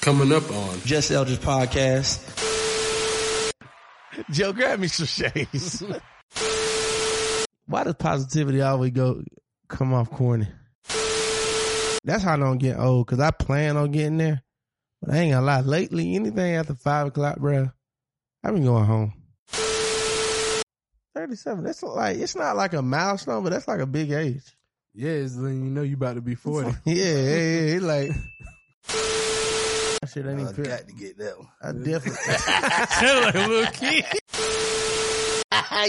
coming up on? Just Elders Podcast. Joe, grab me some shades. Why does positivity always go come off corny? That's how I don't get old, because I plan on getting there. But I ain't gonna lie, lately, anything after 5 o'clock, bro, I've been going home. 37, that's like, it's not like a milestone, but that's like a big age. Yeah, it's then you know you about to be forty. Yeah, yeah, yeah, he like. That shit ain't I even fair. to get that one. I definitely. Sound like a little kid.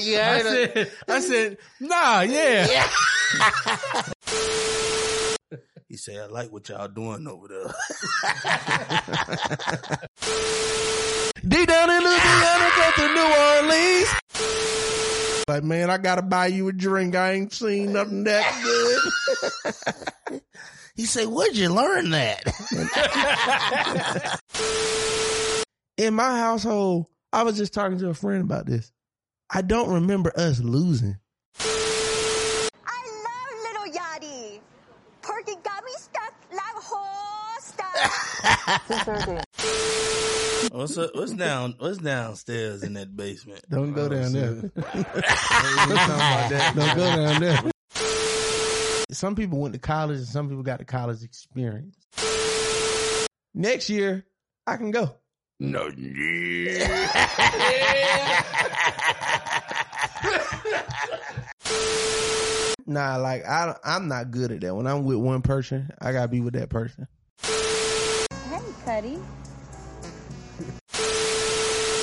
you I heard it. said, I said, nah, yeah. He said, I like what y'all doing over there. D down in Louisiana, go to New Orleans. Like, man, I gotta buy you a drink. I ain't seen nothing that good. He said, where'd you learn that? In my household, I was just talking to a friend about this. I don't remember us losing. I love Little Yachty. Porque gummy stuff, love whole stuff. What's up? What's down? What's downstairs in that basement? Don't go down there. Don't Oh, go down there. Some people went to college and some people got the college experience. Next year, I can go. No. Nah, like I, I'm not good at that. When I'm with one person, I gotta be with that person. Hey, Cuddy.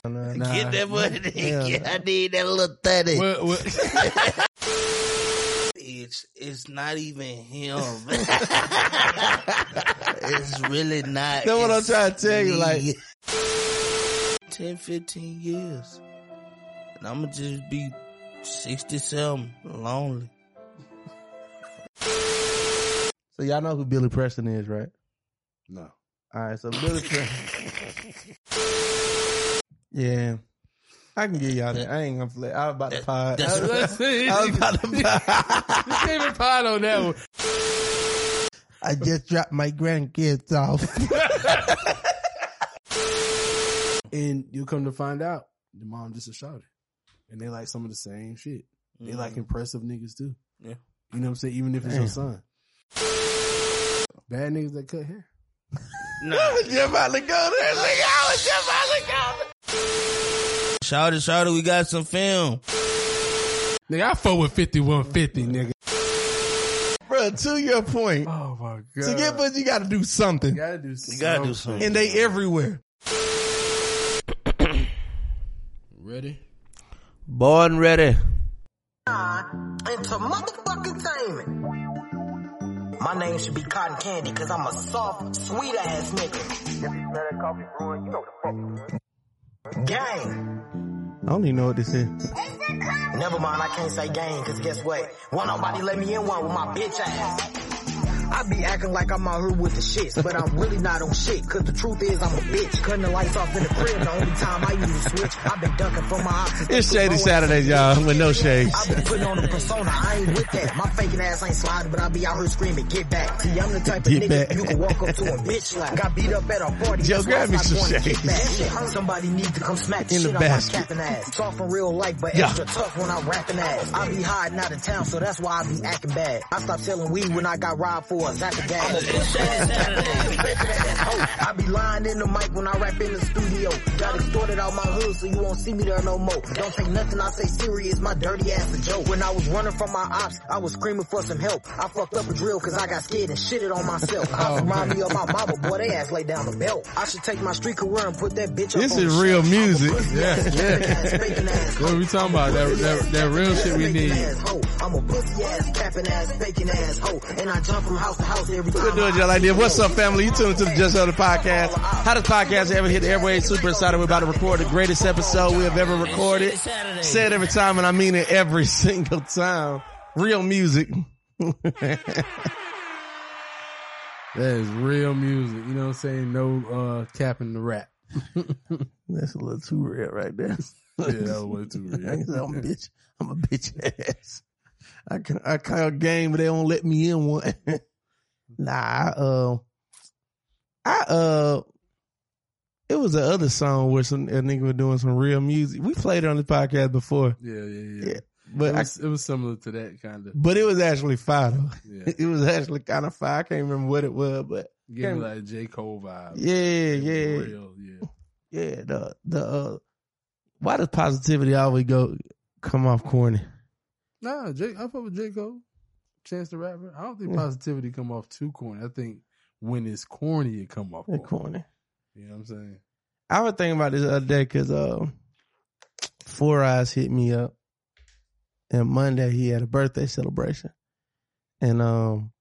Nah, Get that money. Yeah. I need that little thirty. Well, well, It's it's not even him. it's really not. That's what I'm It's trying to tell you, me. like- 10, 15 years, and I'ma just be sixty something, lonely. So y'all know who Billy Preston is, right? no. All right, so Billy Preston. Yeah, I can get y'all that. I ain't gonna play. I was about to pod. That's- I was- Let's see. I was about to pod. David Pod on that one. I just dropped my grandkids off. And you come to find out, the mom just a shouter. And they like some of the same shit. They like impressive niggas too. Yeah. You know what I'm saying? Even if it's Damn. your son. Bad niggas that cut hair. Nah. You're about to go there. Like, I was just about to go there. Shout it, shout it, we got some film. Nigga, I fuck with 5150, nigga. Bro, to your point, Oh my god. to get but you got to do something, gotta do something. You gotta do something. and they everywhere. Ready? Born ready. into motherfucking taming. My name should be Cotton Candy because I'm a soft, sweet ass nigga. Gang. I don't even know what this is. Never mind, I can't say gang because guess what? Won't nobody let me in one with my bitch ass. I be acting like I'm out here with the shits, but I'm really not on shit, cause the truth is I'm a bitch. Cutting the lights off in the crib, the only time I use a switch. I've been ducking from my options. It's Shady Saturdays, y'all, with no shades. I've been putting on a persona, I ain't with that. My faking ass ain't sliding, but I be out here screaming, get back. See, I'm the type of Get nigga back. you can walk up to and bitch slap. Got beat up at a party. Joe, that's why grab I me stopped some going to get shades. back. Shit hurts, Somebody need to come smack the In the shit out my basket. capping ass. Soft in real life, but Yeah. extra tough when I'm rapping ass. I be hiding out of town, so that's why I be acting bad. I stopped selling weed when I got robbed for a zap of gas. I'm a bitch ass I be lying in the mic when I rap in the studio. Got extorted out my hood, so you won't see me there no more. Don't take nothing I say serious, my dirty ass a joke. When I was running from my ops, I was screaming for some help. I fucked up a drill cause I got scared and shitted on myself. Oh, I remind me of my mama, boy, they ass laid down the belt. I should take my street career and put that bitch up This on is the real shelf. music. Yeah, What are we talking about? That, that, that real shit we need. I'm a pussy ass, capping ass, faking ass hoe, and I jump from house to house every time. Good doing I- y'all like this. What's up, family? You tuned to the Just Other Podcast. How does podcast ever hit the airwaves? Super excited. We're about to record the greatest episode we have ever recorded. Say it every time, and I mean it every single time. Real music. That is real music. You know what I'm saying? No uh capping the rap. That's a little too real right there. Yeah, that was too real. I'm a bitch. I'm a bitch ass. I can, I call a game, but they don't let me in one. nah, I, uh, I uh, It was the other song where some a nigga was doing some real music. We played it on the podcast before, Yeah, yeah, yeah. Yeah, but it, I, was, it was similar to that kind of. but it was actually fire. though. Yeah. It was actually kind of fire. I can't remember what it was, but Give me like J. Cole vibe. yeah, It was yeah, Real, yeah. yeah. The the uh, why does positivity always go come off corny? Nah, J, I fuck with J. Cole. Chance the Rapper. I don't think Yeah. positivity come off too corny. I think when it's corny, it come off They're corny. corny. You know what I'm saying? I was thinking about this the other day because uh, Four Eyes hit me up, and Monday he had a birthday celebration, and um,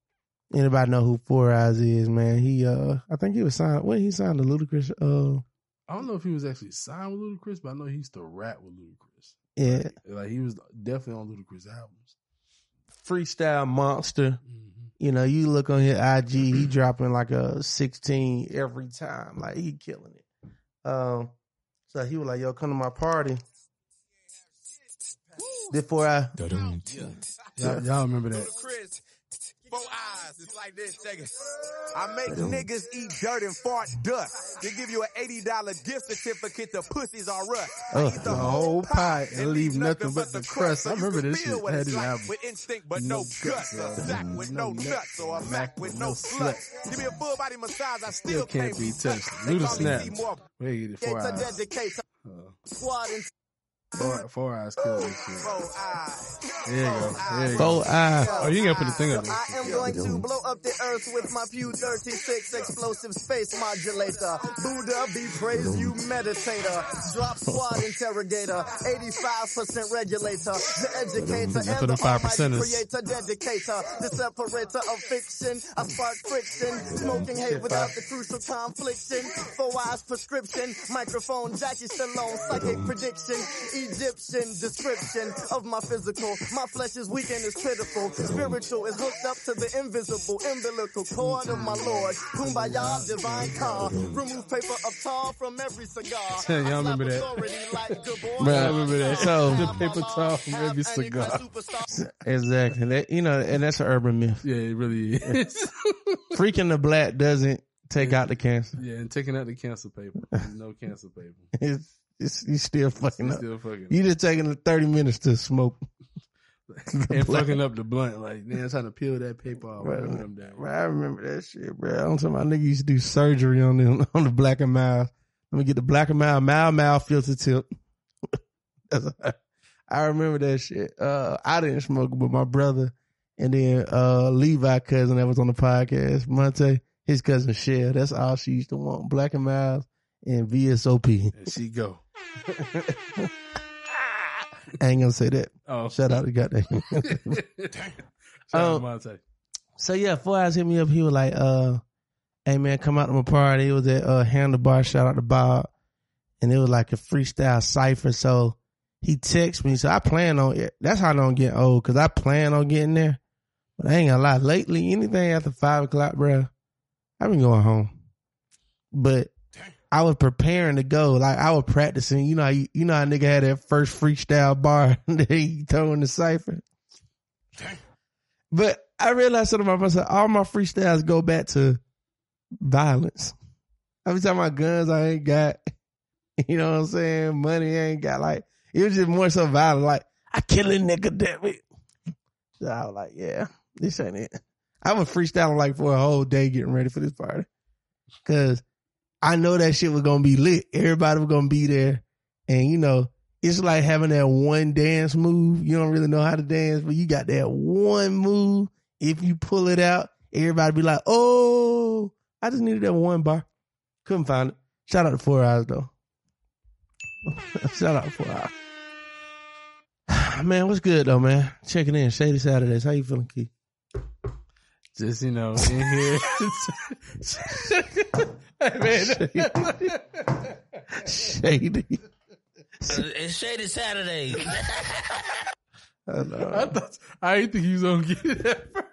anybody know who Four Eyes is, man? He uh, I think he was signed. What he signed to Ludacris? Uh, I don't know if he was actually signed with Ludacris, but I know he used to rap with Ludacris. yeah, Like he was definitely on Ludacris albums. freestyle monster. Mm-hmm. You know, you look on his IG, he dropping like a sixteen every time. Like he killing it. Um, so he was like, "Yo, come to my party." Before I Y'all, y'all remember that? Four eyes. It's like this, check it. I make niggas eat dirt and fart dust. They give you an eighty dollar gift certificate. The pussies are rust. I eat the whole pie and leave nothing but the crust. I you remember can this feel shit. what I had it's this like album. With instinct, but no guts. A sack with no nuts, or a mac with no sluts. Give me a full body massage. I Still still can't be touched. They Do the call me snap. C. More. Where you get it? Four It's a eyes. dedication. Squad and Four, four eyes killed this shit. four eyes. There you go. There you go. Four Eyes. Oh, you gotta put the thing up. I am going to blow up the earth with my Pew 36 explosive space modulator. Buddha be praised, you meditator. Drop squad interrogator, 85% regulator, the educator, That's for and them the five almighty percenters. creator, dedicator, the separator of fiction. I spark friction, smoking hate without the crucial confliction. Four eyes prescription, microphone, Jackie Stallone, psychic prediction, Egyptian description of my physical. My flesh is weak and is pitiful. Spiritual is hooked up to the invisible, umbilical cord of my Lord. Kumbaya, divine car. Remove paper of tar from every cigar. Yeah, y'all I slap remember that. authority like good boy. Bruh, I remember that. So- The paper towel from every Have any cigar. superstar. Exactly. That, you know, and that's an urban myth. Yeah, it really is. Freaking the black doesn't take out the cancer. yeah, and taking out the cancel paper. No cancel paper. It's, it's you still fucking up. Still fucking You just taking the thirty minutes to smoke. and fucking up the blunt. Like, man, trying to peel that paper off. Right. Right. Them down. Bro, I remember that shit, bro. I'm talking about nigga used to do surgery on them on the black and mild. Let me get the black and mild mild mild filter tip. That's- I remember that shit. Uh, I didn't smoke, but my brother and then uh, Levi cousin that was on the podcast, Monte, his cousin Shell. That's all she used to want: black and mild and VSOP. And she go. I ain't gonna say that. Oh, Shout out to goddamn. Shout out Um, Monte. So yeah, Four Eyes hit me up. He was like, uh, hey man, come out to my party. It was at uh Handlebar, shout out to Bob. And it was like a freestyle cipher. So he texted me. So I plan on it. That's how I don't get old, cause I plan on getting there. But I ain't gonna lie, lately, anything after five o'clock, bruh, I've been going home. But I was preparing to go. Like I was practicing. You know, how you, you know how nigga had that first freestyle bar that he throw in the cipher. But I realized something about myself. All my freestyles go back to violence. I be talking about guns I ain't got. You know what I'm saying? Money I ain't got. Like, it was just more so violent. Like, I kill a nigga, damn it. So I was like, yeah, this ain't it. I was freestyling like for a whole day getting ready for this party. Cause I know that shit was gonna be lit. Everybody was gonna be there. And you know, it's like having that one dance move. You don't really know how to dance, but you got that one move. If you pull it out, everybody be like, oh, I just needed that one bar. Couldn't find it. Shout out to Four Eyes, though. Shout out to Four Eyes. Man, what's good, though, man? Checking in. Shady Saturdays. How you feeling, Key? Just, you know, in here. Shady. It's Shady Saturday. I I know. thought, I didn't think he was going to get it at first.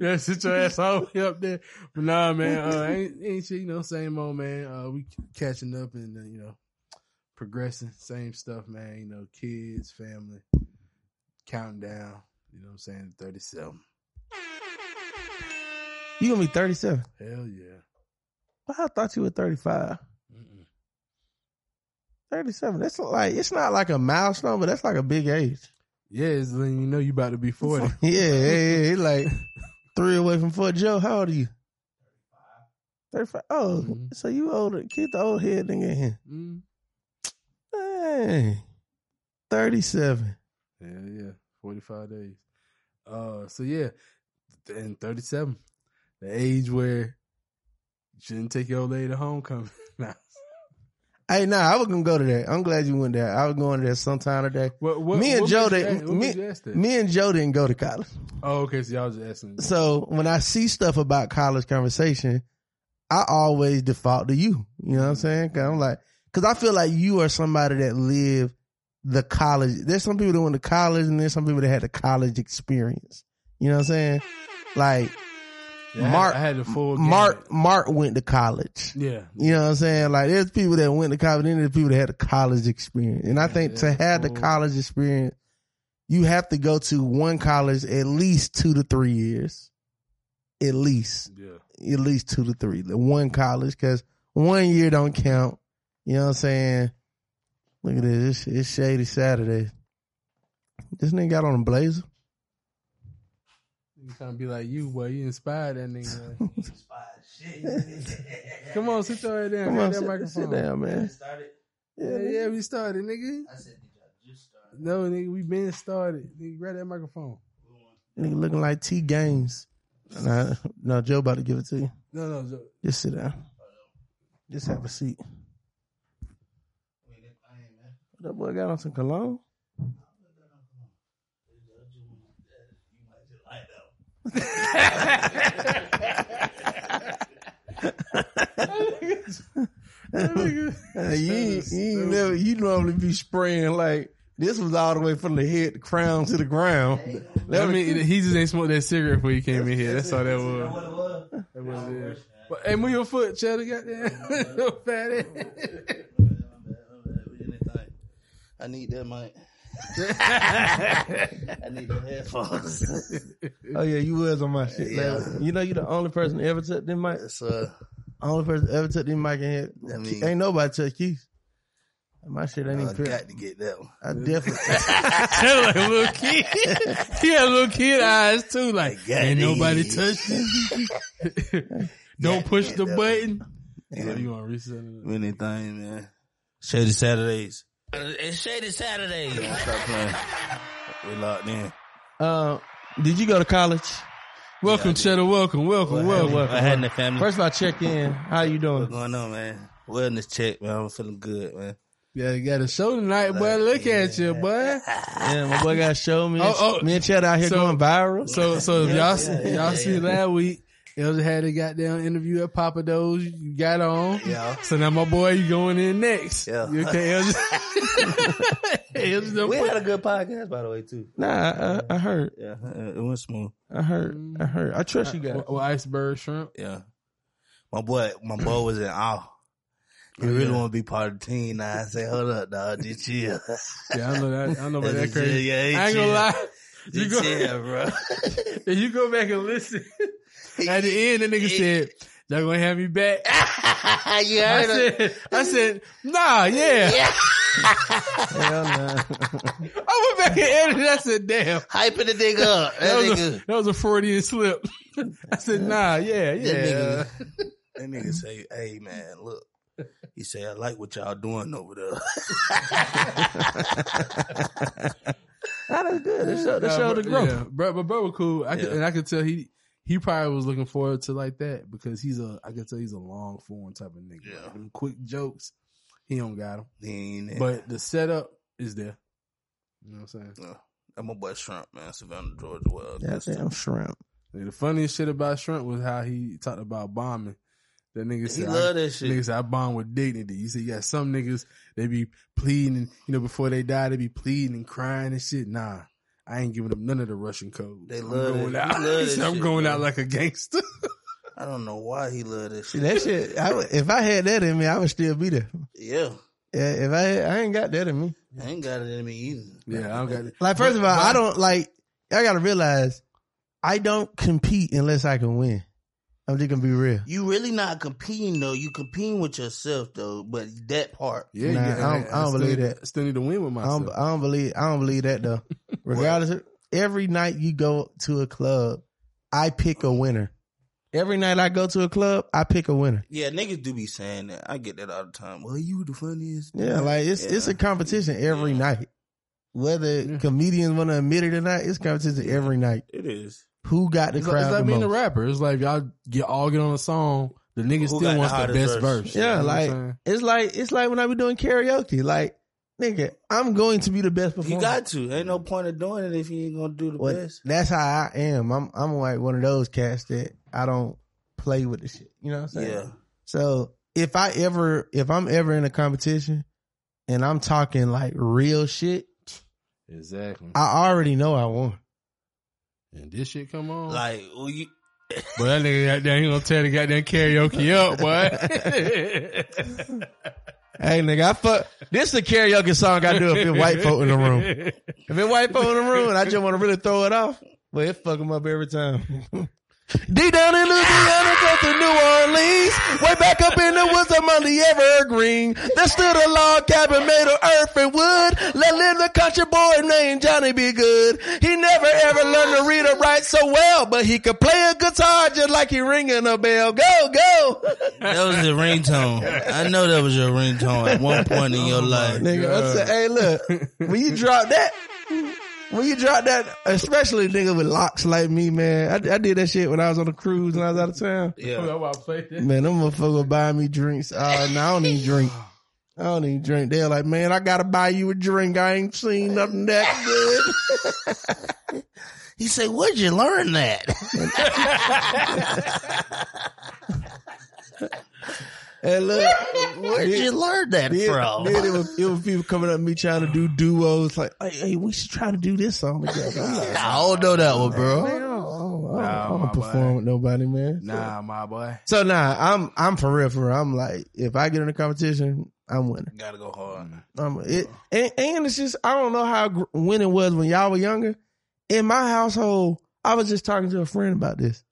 Yeah, sit your ass all the way up there. But nah, man, uh, ain't, ain't shit, you know, same old man. Uh, we catching up and, uh, you know, progressing. Same stuff, man. You know, kids, family, counting down. You know what I'm saying? 37. You gonna be 37. Hell yeah. I thought you were 35. 37. That's like it's not like a milestone, but that's like a big age. Yeah, it's then you know you about to be forty. Yeah, yeah, yeah. It's like three away from four. Joe, how old are you? 35. Oh, Mhm. so you older. Keep the old head nigga in here. Mm. Dang. 37. Hell yeah. Forty five days. Uh so yeah. And thirty seven. The age where you shouldn't take your old lady to homecoming. nah. Hey, nah, I was gonna go to that. I'm glad you went there. I was going there sometime today. What, what, Me and what Joe made you didn't- ask- what me- made you ask that? Me and Joe didn't go to college. Oh, okay. So y'all just asking. So when I see stuff about college conversation, I always default to you. You know what I'm saying? Cause I'm like, cause I feel like you are somebody that lived the college. There's some people that went to college and there's some people that had the college experience. You know what I'm saying? Like Yeah, I had- Mark- I had the full gamut. Mark, Mark went to college. Yeah. You know what I'm saying? Like there's people that went to college and there's people that had the college experience. And I think to yeah, Mm-hmm. have the cool. college experience, you have to go to one college at least two to three years. At least Yeah. at least two to three. The one college, because one year don't count. You know what I'm saying? Look at this. It's, it's shady Saturday. This nigga got on a blazer. You trying to be like you, boy. You inspired that nigga. Come on, sit your head down. Come Grab on, that sit, microphone. sit down, man. Yeah, yeah, we started, nigga. No, nigga, we been started. Nigga, grab that microphone. Nigga looking like T Gaines. Nah, no, Joe about to give it to you. No, no, Joe. Just sit down. Just have a seat. That boy got on some cologne. Hey, you, ain't- you ain't never, you normally be spraying like this was all the way from the head, crown to the ground. I mean, he just ain't smoked that cigarette before he came in here. That's all that was. That was it. But, hey, move your foot, Cheddar. Goddamn, Your fat ass. I need that mic. I need the headphones. Oh yeah, you was on my shit. Yeah. last- You know, you the only person that ever took them mic. That's uh, Only person that ever took them mic in here. I mean- ain't nobody touch keys. My shit uh, ain't I even. got to get that one. I definitely. Cheddar like a little kid. He had little kid eyes too. Like, God ain't nobody damn. touched it. Don't push the Yeah. button. Yeah. you want to reset it? Anything, man. Shady Saturdays. It's Shady Saturdays. Stop playing. We locked in. Uh, did you go to college? Welcome, Cheddar. Welcome, welcome, welcome. I had in the family. First of all, check in. How you What's doing? going on, man? Wellness check, man. I'm feeling good, man. Yeah, you got a show tonight, boy. Look at you, boy. Yeah, my boy got show me. And, Oh, oh. Me and Chad out here So- going viral. So, so if y'all see, y'all see last week, Elder had a goddamn interview at Papa Do's. You got on. Yeah. So now, my boy, you going in next. Yeah. You okay, Elder? Elder done We put- had a good podcast, by the way, too. nah, I, I- I heard, Yeah, it went smooth. I heard, I heard. I trust you guys. Well, well, iceberg shrimp. Yeah, my boy, my boy was in awe. Oh, He really want to be part of the team. Now I say, hold up, dog, just chill. Yeah, I know that. I know about that Just chill. crazy. Yeah, he I ain't gonna chill. lie. You go, Just chill, bro. if you go back and listen, at the end, the nigga said, y'all gonna have me back. yeah, I said, I said, nah, yeah. Hell nah. I went back and edited. I said, damn. hyping the nigga up. That, That was, nigga, a, that was a Freudian slip. I said, nah, yeah, yeah. nigga- that nigga say, hey man, look. He say, I like what y'all doing over there. Nah, that's good. That showed, that Nah, showed the bro- growth. yeah, bro, but bro was cool. I could, Yeah. and I could tell he he probably was looking forward to like that because he's a I could tell he's a long form type of nigga. Yeah. Like, them quick jokes, he don't got them. Then, But the setup is there. You know what I'm saying? uh, I'm my boy Shrimp, man, Savannah, Georgia. Well, That damn shrimp. Like, the funniest shit about Shrimp was how he talked about bombing. That nigga he said, I- love that shit. Niggas, I bond with dignity. You see, you got some niggas, they be pleading, and, you know, before they die, they be pleading and crying and shit. Nah, I ain't giving them none of the Russian code. They I'm love going it. out. They love He that said, I'm shit, going bro. out like a gangster. I don't know why he love that shit. That shit. I would, if I had that in me, I would still be there. Yeah, Yeah, if I I ain't got that in me. I ain't got it in me either. yeah, I don't got it. Like first of all, I don't like. I gotta realize I don't compete unless I can win. I'm just gonna be real. You really not competing though. You competing with yourself though. But that part, Yeah, Nah, yeah, I don't- I don't still believe need- that. Still need to win with I myself. don't, I don't believe. I don't believe that though. Regardless, of- every night you go to a club, I pick a winner. Every night I go to a club, I pick a winner. yeah, niggas do be saying that. I get that all the time. Well, you the funniest. Yeah, like it's it's a competition every night. Whether comedians want to admit it or not, it's competition every night. It is. Who got the it's, like, crowd it's like the being most? a rapper. It's like y'all get all get on a song. The nigga Who got still the wants the, hottest best verse? verse. yeah, You know what I'm like saying? it's like it's like when I be doing karaoke. Like nigga, I'm going to be the best performer. You got to. Ain't no point of doing it if you ain't gonna do the Well, best. that's how I am. I'm I'm like one of those cats that I don't play with the shit. You know what I'm saying? Yeah. So if I ever if I'm ever in a competition and I'm talking like real shit, exactly. I already know I won. And this shit come on. Like, well, you, but that nigga out there, he gonna tear the goddamn karaoke up, boy. Hey nigga, I fuck this is a karaoke song I do if it's white folk in the room. If it's white folk in the room and I just want to really throw it off, well it fuck 'em up every time. D down in Louisiana, go to New Orleans. Way back up in the woods among the evergreen. There stood a log cabin made of earth and wood. Let live the country boy named Johnny Be Good. He never ever learned to read or write so well, but he could play a guitar just like he ringing a bell. Go, go. that was your ringtone. I know that was your ringtone at one point in your life. Oh, Nigga, I'm saying, hey, look, when you drop that, when you drop that, especially nigga with locks like me, man, I, I did that shit when I was on a cruise and I was out of town. Oh, Yeah. Man, them motherfucker would buy me drinks. Uh, no, I don't even drink. I don't even drink. They're like, man, I gotta buy you a drink. I ain't seen nothing that good. He said, "Where'd you learn that?" And look, Where'd you learn that then, from? then it, was, it was people coming up to me trying to do duos. Like, hey, hey, we should try to do this song together. I'm like, I don't know that one, I bro. don't, I Nah, don't, I my don't perform boy. with nobody, man. nah, my boy. So nah, I'm I'm for real for real. I'm like, if I get in a competition, I'm winning. Gotta go hard. Mm. I'm Um, it, and, and it's just I don't know how gr- winning was when y'all were younger. In my household, I was just talking to a friend about this.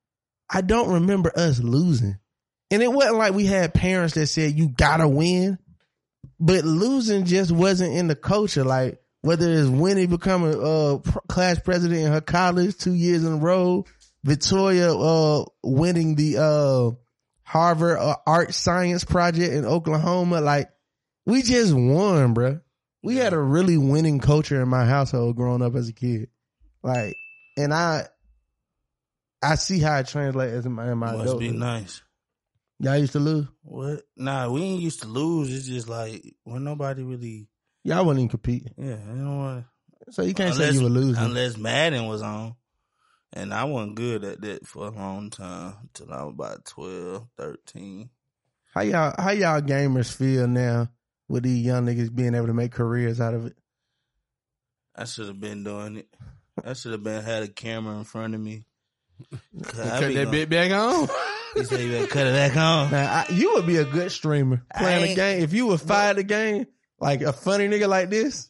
I don't remember us losing, and it wasn't like we had parents that said you gotta win, but losing just wasn't in the culture. Like whether it's Winnie becoming uh pr- class president in her college two years in a row, Victoria uh winning the uh Harvard uh, Art Science Project in Oklahoma. Like, we just won, bruh. We had a really winning culture in my household growing up as a kid. Like, and I, I see how it translates as in my, in my Must be adulthood. nice. Y'all used to lose. What? Nah, we ain't used to lose. It's just like when nobody really. Y'all wouldn't even compete. Yeah, I don't want. So you can't say you were losing. Unless Madden was on. And I wasn't good at that for a long time until I was about 12, 13. How y'all, how y'all gamers feel now with these young niggas being able to make careers out of it? I should have been doing it. I should have been had a camera in front of me. Cut Cut that bit back on. He said, "You better cut it back on." Now, I, you would be a good streamer I playing a ain't- game. If you would fire the game, like a funny nigga like this,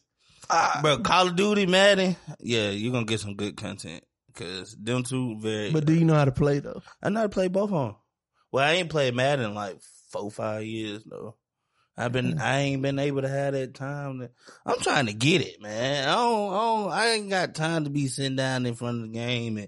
Ah. Bro, Call of Duty, Madden. Yeah, you're going to get some good content. Because them two very. but do you know how to play though? I know how to play both of them. Well, I ain't played Madden in like four, five years though. I've been, I ain't been able to have that time. That, I'm trying to get it, man. I don't, I don't, I ain't got time to be sitting down in front of the game and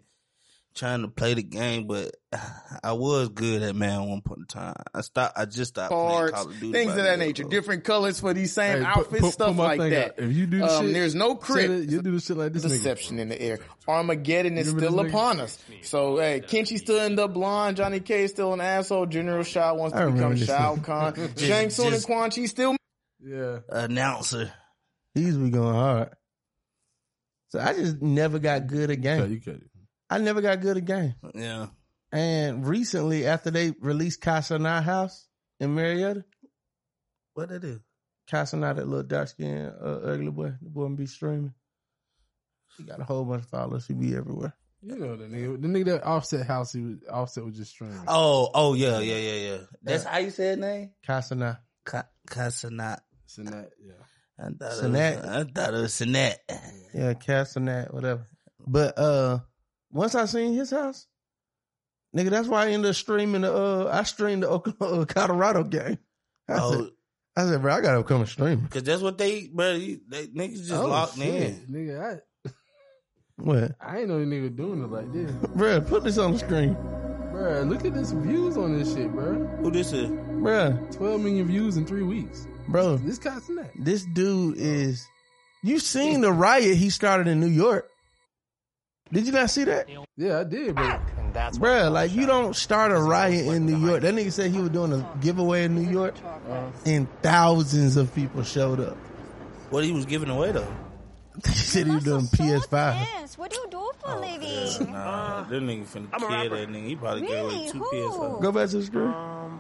trying to play the game. But I was good at man at one point in time. I stopped. I just stopped playing cards, Call of Duty. things of about that a year nature, ago. different colors for these same Hey, put- outfits, put- stuff put my like thing that. out. If you do the um, shit, there's no Say that- crit. You do the shit like this. Deception in the air. Armageddon is Remember this still nigga? upon us. So, hey, Kenchi still end up blonde. Johnny K is still an asshole. General Shao wants I to remember become this Shao nigga. Kahn. Just- Shang Tsung and just- Quan Chi still Nigga. announcer. These be going hard. So I just never got good at Yeah. game. Cut, you cut it. I never got good at game. Yeah, And recently, after they released Casa Nye House in Marietta, what it is? Casa Nye, that little dark skinned uh, ugly boy, the boy be streaming. She got a whole bunch of followers. She be everywhere. You know the nigga. The nigga that offset house. He was offset was just streaming. Oh, oh yeah, yeah, yeah, yeah. Uh, That's how you said name. Casa Nye. Ka- Kasanat. It's in that. Yeah. I thought it Sinat. was, I thought it was Sinat. Yeah, Casa Nye, whatever. But uh, once I seen his house, Nigga, that's why I ended up streaming the uh I streamed the Oklahoma uh, Colorado game. I, said, Oh, I said, bro, I gotta come and stream. because that's what they, bro. you- They, niggas just Oh, Oh, locked in. Nigga, What? I, I ain't know the nigga doing it like this. Bro, put this on the screen. Bruh, look at this views on this shit, bruh. Who this is? Bro, 12 million views in three weeks. bro, This guy's that. this dude is you seen the riot he started in New York. Did you not see that? Yeah, I did, but Bruh, like you don't start a riot in New York. That nigga said he was doing a giveaway in New York, Uh-huh. and thousands of people showed up. What he was giving away though? He said he was doing PS5. Yes. What do you do for a living? Nah, that nigga finna kill that nigga. He probably gave away Really? two Who? PS5. Go back to the screen. Uh-huh.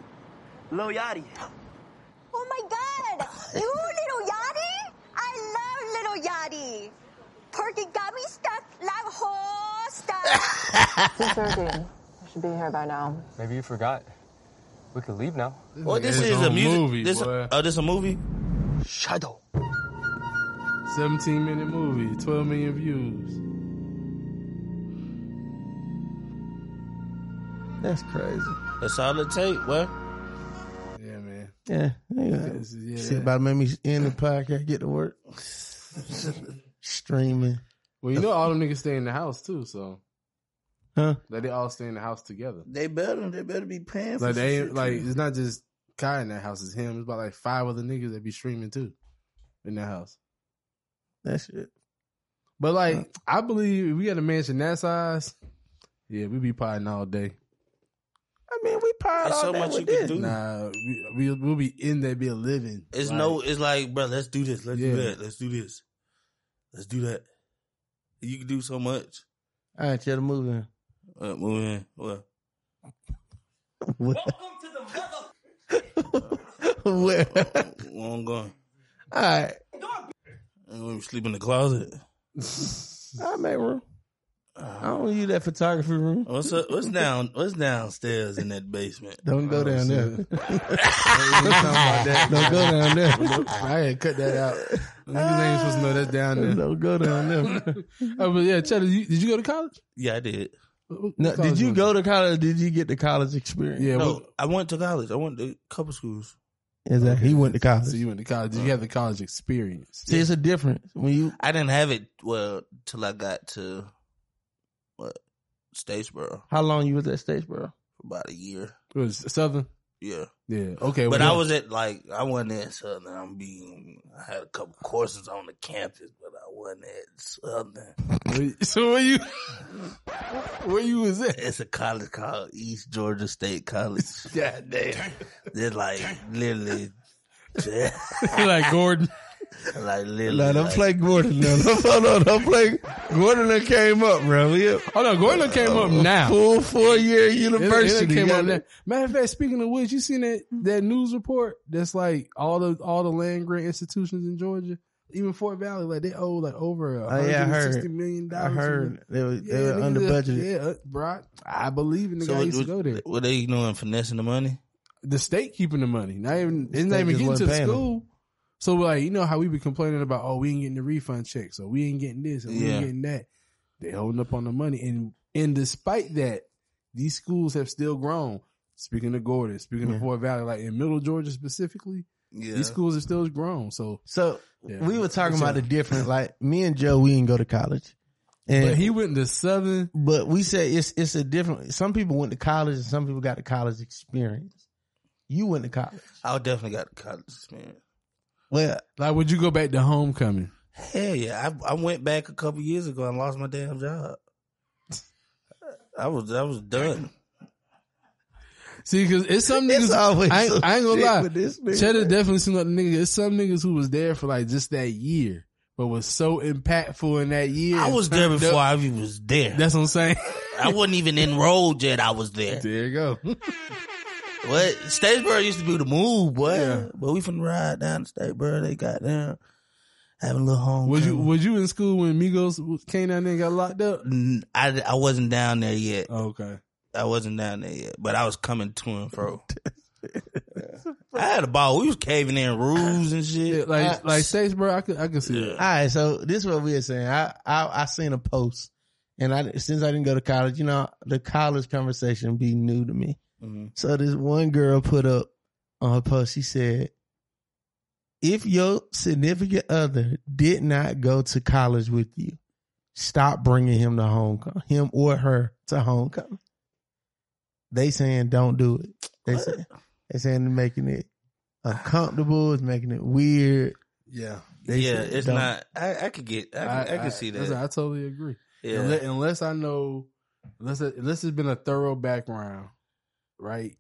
Lil Yachty. Oh my god! You little yachty? I love little yachty. Perky got me stuck like whole stuff. Maybe you forgot. We could leave now. Well, this It's is a on music. movie, this, boy. oh, this a movie? 17 minute movie, 12 million views. That's crazy. That's all it take. What? Yeah, man. Yeah. yeah. This is- yeah. Shit about to make me end the podcast, get to work. Streaming. Well, you know, all them niggas stay in the house too, so. Huh? Like, they all stay in the house together. They better. They better be paying for Like, some they, shit, like, too. it's not just Kai in that house, it's him. It's about like five other niggas that be streaming too in that house. That shit. But like, I believe if we had a mansion that size, yeah, we be potting all day. I mean, we piled There's all so that much with you can this. do. Nah, we, we we'll be in there, be a living. It's Like, no. It's like, bro. Let's do this. Let's Yeah. do that. Let's do this. Let's do that. You can do so much. All right, y'all moving. Uh, move in. What? Where? Where I'm going? all right. And we sleep in the closet. I make room. I Uh-huh. don't use that photography room. What's up? What's down? What's downstairs in that basement? Don't go down there. Oh, shit. Don't go down there. I had cut that out. Them Niggas ain't supposed to know that's down there. Don't go down there. Oh, but yeah, Cheddar, you, did you go to college? Yeah, I did. What- what Now, college did you was go to college? Did you get the college experience? Yeah, No, what- I went to college. I went to a couple schools. Exactly. He went to college. so you went to college. Did you have the college experience? See, it's a difference when you. I didn't have it well till I got to what Statesboro How long you was at Statesboro? for about a year. It was Southern. Yeah, Yeah. Okay. but well, I was at like I wasn't at Southern. I'm being I had a couple courses on the campus, but I wasn't at Southern. So where you? Where you was at? It's a college called East Georgia State College. God damn, they're like literally. like Gordon. like literally, No, don't like, play Gordon. No, no, no, no, don't play. Gordon done came up, bro. We a Oh no, Gordon came up now. full four year It- it university. came up goddamn. now. Matter of fact, speaking of which, you seen that that news report that's like all the all the land grant institutions in Georgia, even Fort Valley, like they owe like over a Oh, yeah, I hundred and heard. sixty million I dollars. heard they were, Yeah, they were nigga, under that- budgeted. Yeah, uh, bro, I believe in the guy what- used to what- go there. What they doing? Finessing the money? the state keeping the money. Not even it's State not even just getting to wasn't the paying them. school. So like you know how we be complaining about oh we ain't getting the refund checks or we ain't getting this and we Yeah. ain't getting that. They holding up on the money and and despite that, these schools have still grown. Speaking of Gordon, speaking Yeah. of Fort Valley, like in Middle Georgia specifically, Yeah, these schools have still grown. So So Yeah. we were talking It's about a- the difference. Like me and Joe, we didn't go to college, and but he went to Southern. but we said it's it's a different. Some people went to college, and some people got the college experience. You went to college. I definitely got the college experience. Well, Like, would you go back to homecoming? Hell yeah! I, I went back a couple years ago and lost my damn job. I was I was done. See, because it's some niggas. it's always. I, ain't- some I ain't gonna shit lie. with this nigga. Cheddar definitely seemed like the nigga. There's some niggas who was there for like just that year, but was so impactful in that year. I was there before I even was there. That's what I'm saying. I wasn't even enrolled yet. I was there. there you go. What Statesboro used to be the move, boy. But we finna ride down to Statesboro. They got down having a little home. Was you was you in school when Migos came down there and got locked up? I I wasn't down there yet. Oh, okay. I wasn't down there yet, but I was coming to and fro. I had a ball. We was caving in rules and shit. Yeah, like like Statesboro, I could I could see it. All right, so this is what we are saying. I I, I seen a post And I since I didn't go to college, you know, the college conversation be new to me. So this one girl put up on her post, she said, if your significant other did not go to college with you, stop bringing him to homecoming, him or her to homecoming. They saying don't do it. They say, they saying making it uncomfortable, it's making it weird. Yeah, They yeah, said it's don't. not. I, I could get. I, can- I, can see listen, that. I totally agree. Yeah, Unle- Unless, I know, unless it, unless it's been a thorough background, right?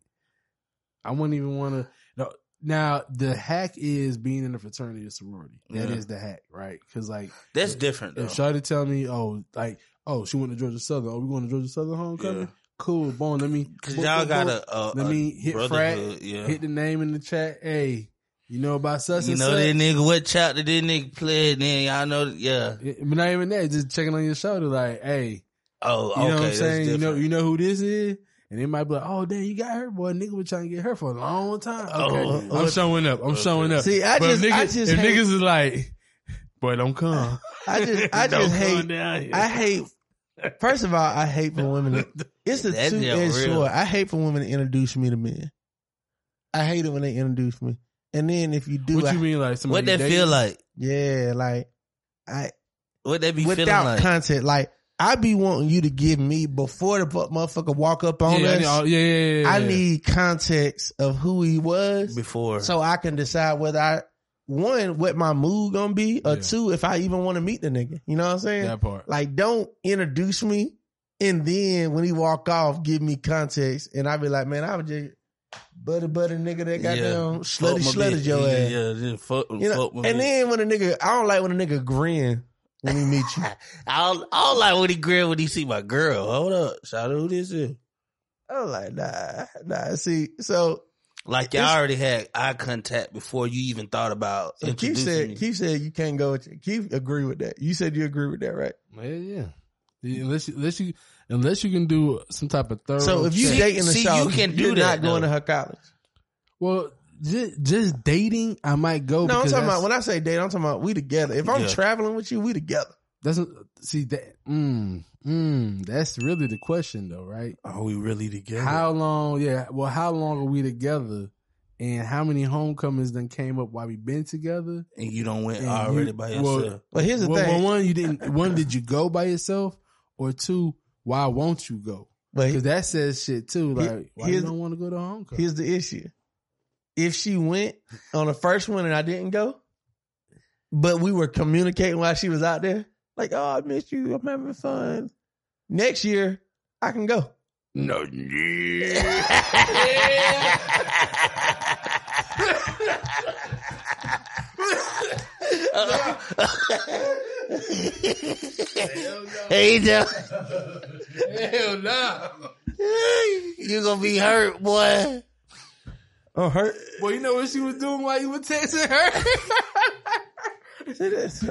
I wouldn't even want to. No, now the hack is being in a fraternity or sorority. That is Yeah. the hack, right? Because like that's different though. if Shawty tell me, oh, like oh, she went to Georgia Southern. Oh, we going to Georgia Southern homecoming? Yeah. Cool, boom. Let me Cause boom, y'all boom, got boom. a, a, Let a me hit frat, brotherhood. Yeah, hit the name in the chat. Hey, you know about such you and know such? that nigga what chapter that nigga played. Then y'all know. that- Yeah. Yeah, Eh, But not even that, just checking on your shoulder, like, hey, Oh, you know okay. what I'm that's saying? You know, different. you know who this is, and they might be like, oh, damn, you got her, boy. Nigga was trying to get her for a long time. Okay, Oh, I'm showing up. I'm showing up. See, I but just, if niggas, I just, if hate, niggas is like, boy, don't come. I just, I Don't just come hate, down here. I hate. First of all, I hate for women. to- It's the That's two edged unreal. sword. I hate for women to introduce me to men. I hate it when they introduce me. And then if you do, what I- you mean, like what somebody? that you dating? feel like? Yeah, like I What that be feeling without like? content. Like I be wanting you to give me before the pu- motherfucker walk up on Yeah, I us. need, all- yeah, yeah, yeah, yeah. I need context of who he was, before. so I can decide whether I one what my mood gonna be, or Yeah. two if I even want to meet the nigga. You know what I'm saying? that part. Like, don't introduce me, and then when he walk off, give me context, and I be like, man, I was just buddy buddy nigga that Yeah. goddamn Fuck slutty my slutted bitch. your yeah, ass. Yeah, just fuck, You know, fuck my and bitch. then when a nigga, I don't like when a nigga grin when he meet you. I don't, I don't like when he grill when he see my girl. Hold up, shout out who this is. I'm like, nah, nah. See, so Like y'all It's- already had eye contact before you even thought about so Keith introducing said, me. Keith said you can't go with you. Keith agree with that. You said you agree with that, right? Yeah, yeah. Yeah, Unless you, unless you, unless you can do some type of thorough. So if you check. dating a see, shawty, you can do you're not that, going though. to her college. well, just, just dating, I might go. No, I'm because talking that's- about when I say date, I'm talking about we together. If I'm Yeah. traveling with you, we together. doesn't see that mm, mm, that's really the question though right Are we really together? how long yeah well how long are we together and how many homecomings then came up while we been together and you don't went And already you- by well, yourself. But here's the well, thing. well, one you didn't one did you go by yourself or two why won't you go but because that says shit too Here- like why you here's- don't want to go to homecoming here's the issue. If she went on the first one and I didn't go, but we were communicating while she was out there, like, oh, I miss you. I'm having fun. Next year, I can go. No. Hey, Joe. hell nah you gonna be hurt, boy. Oh, hurt. well you know what she was doing while you were texting her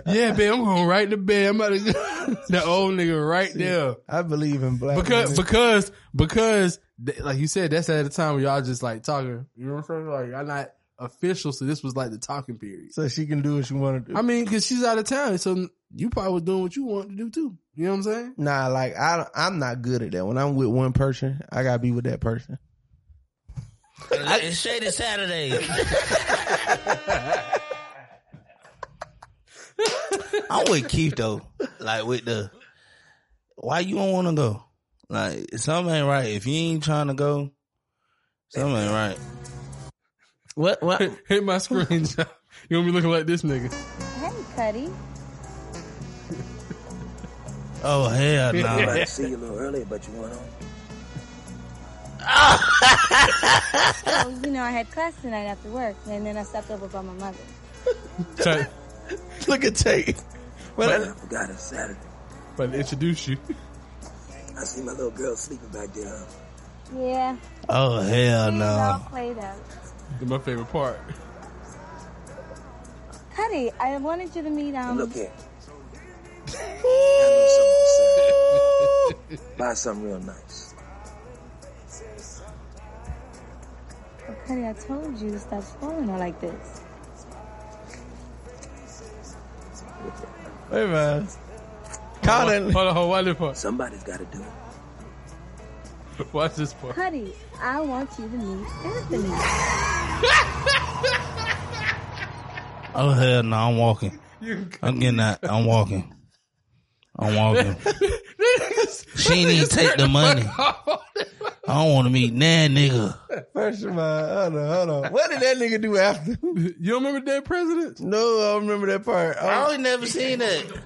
yeah babe i'm going right to bed i'm about to go the old nigga right there I believe in black. because women. because because th- like you said, that's at a time where y'all just like talking. You know what I'm saying? Like y'all not official, so this was like the talking period. so she can do what she want to do. I mean, because she's out of town, so you probably was doing what you wanted to do too. You know what I'm saying? nah, like I, I'm not good at that. When I'm with one person, I gotta be with that person. It's Shady Saturday. I'm with Keith though. Like with the why you don't want to go? Like something ain't right. If you ain't trying to go, something ain't right. What? What? Hit my screenshot. You gonna be looking like this nigga? Hey, Cuddy. Oh hell no! I tried to see you a little earlier, but you went home. Oh, you know, I had class tonight after work, and then I stopped over by my mother. Try, Look at Tate. But I forgot it's Saturday. but to introduce you. I see my little girl sleeping back there. huh? Yeah. Oh hell we was all no! played up. My favorite part. Cuddy, I wanted you to meet, um, Look here. I know something to say. Buy something real nice. Cuddy, I told you to stop spoiling her like this. Wait, man. Call Hold that. on, hold on, watch this part. Somebody's got to do it. Watch this part. Honey, I want you to meet Anthony. Oh hell no, I'm walking. I'm getting out. I'm walking. I'm walking. she ain't even take the money. I don't want to meet that nigga. First of all, hold on, hold on. What did that nigga do after? You don't remember Dead Presidents? No, I don't remember that part. I Oh, only never seen that.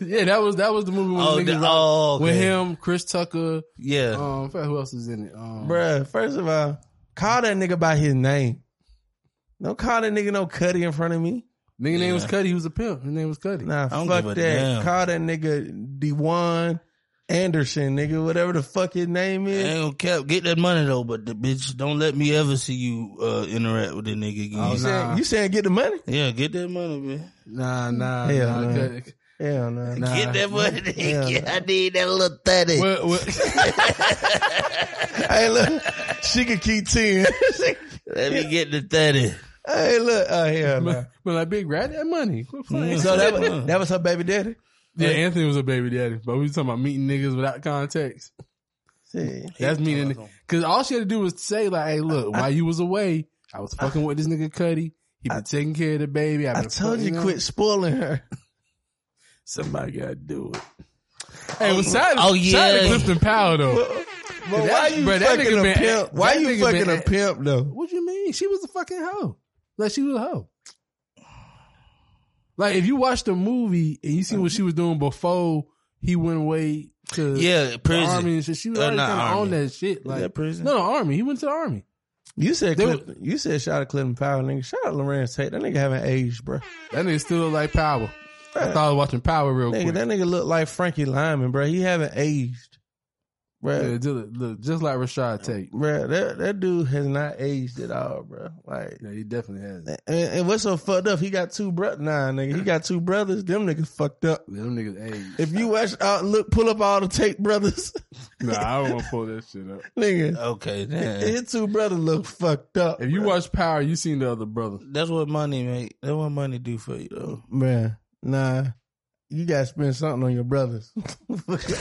Yeah, that was that was the movie with, Oh, niggas the, robbed- oh okay. with him, Chris Tucker. Yeah. Um, who else is in it? Um, bruh. First of all, call that nigga by his name. Don't call that nigga no Cuddy in front of me. nigga name was Yeah. Cuddy. He was a pimp. His name was Cuddy. Nah, don't fuck give a that. damn. Call that nigga Dewan Anderson, nigga, whatever the fuck his name I is. ain't gonna cap. Get that money though, but the bitch don't let me ever see you uh, interact with that nigga again. Oh, you, saying, you saying get the money? Yeah, get that money, man. Nah, nah, Hell nah. no. Cuddy- Hell no. Get that money. Yeah. I need that little thirty. Well, well, hey, look, she could keep ten. Let me get the thirty. hey, look, oh hell no. but like Big Rat, that money. Quit Mm. playing. So that was, that was her baby daddy. Yeah, Anthony was a baby daddy, but we was talking about meeting niggas without context. Shit. That's meaning because all she had to do was say like, "Hey, look, while you was away, I was fucking with this nigga Cuddy. He been taking care of the baby. I've I been told you fucking him. quit spoiling her. Somebody got to do it." Hey, well, shout out oh, to- shout out to yeah. Clifton Powell though. But why that- you bruh, that fucking nigga a been- pimp? Why that you nigga fucking been- a pimp though? What you mean? She was a fucking hoe. Like she was a hoe. Like if you watch the movie and you see what she was doing before he went away to Yeah, the prison. army and shit, she was Uh, already not kind of army. on that shit. Like that prison? No, no, army. He went to the army. You said They Clip, you said shout out Clinton Powell, nigga. Shout out Lorenz Tate. That nigga haven't aged, bro. That nigga still look like Power. I thought I was watching Power real Nigga, quick. that nigga look like Frankie Lyman, bro. He haven't aged, bro. Yeah, just, look, just like Rashad Tate. Bruh, that, that dude has not aged at all, bruh. Like, Yeah, he definitely has. and, and what's so fucked up? He got two brothers. Nah, nigga, he got two brothers. Them niggas fucked up. Them niggas age. If you watch, uh, look, pull up all the Tate brothers, Nah, I don't want to pull that shit up. nigga. Okay, then. His two brothers look fucked up. If you watch Power, you seen the other brother. That's what money make. That's what money do for you though. bruh, nah, you gotta spend something on your brothers.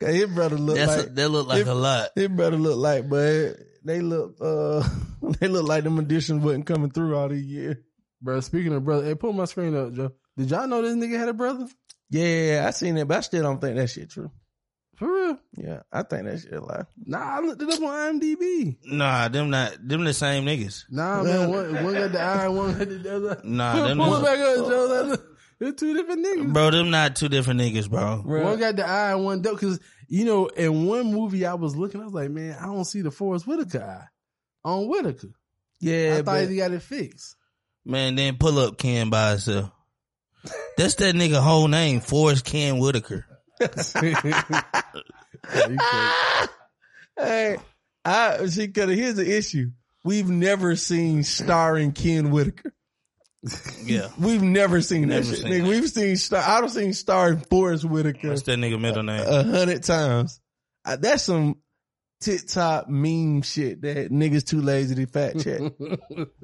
'Cause his brother look That's like a, that look like if- a lot. his brother look like, but they look, uh, they look like them additions wasn't coming through all the year. Bro, speaking of brother, hey, pull my screen up, Joe. Did y'all know this nigga had a brother? Yeah, I seen it, but I still don't think that shit true. For real? Yeah, I think that shit a lie. Nah, I looked it up on IMDb. Nah, them not them the same niggas. Nah, man, one, one got the eye, one got the other. Nah, them Pull it not- back up, Joe. Like, look, They're two different niggas. bro, them not two different niggas, bro. One got the eye, one don't. Because you know, in one movie I was looking, I was like, man, I don't see the Forrest Whitaker eye on Whitaker. Yeah, I thought but he got it fixed. Man, then pull up Ken by himself. That's that nigga whole name, Forrest Ken Whitaker. hey, I see. Cause here's the issue: we've never seen starring Ken Whitaker. Yeah. We've never seen that Never shit. seen nigga, that. we've seen star. I've seen starring Forrest Whitaker That's that nigga middle name. a hundred times. I, that's some TikTok meme shit that niggas too lazy to fact check.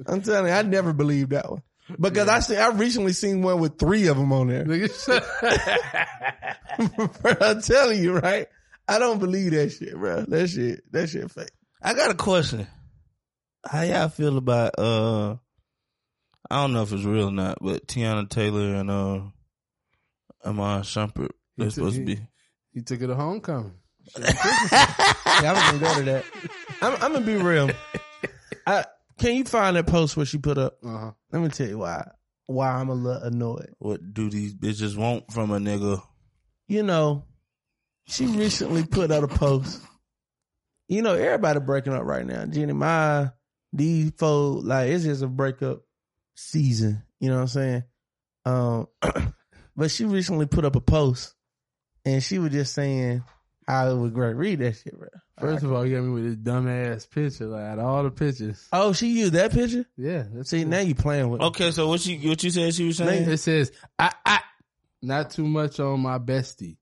I'm telling you, I never believed that one because I see. I recently seen one with three of them on there. Bro, I'm telling you, right? I don't believe that shit, bro. That shit, that shit fake. I got a question. How y'all feel about uh I don't know if it's real or not, but Tiana Taylor and uh Amon Shumpert, they're supposed to be. He took it to homecoming. Yeah, I'm gonna go to that. I'm, I'm gonna be real. I can you find that post where she put up? Uh-huh. Let me tell you why. Why I'm a little annoyed. What do these bitches want from a nigga? You know, she recently put out a post. You know, everybody breaking up right now. Jenny Ma, these folks, like it's just a breakup season. You know what I'm saying? Um, but she recently put up a post, and she was just saying how it was great. Read that shit, bro. First of all, you got me with this dumbass picture. Like out of all the pictures, Oh, she used that picture. yeah. That's See, now you playing with. me. Okay, so what you what you said she was saying? It says, I, I, not too much on my bestie.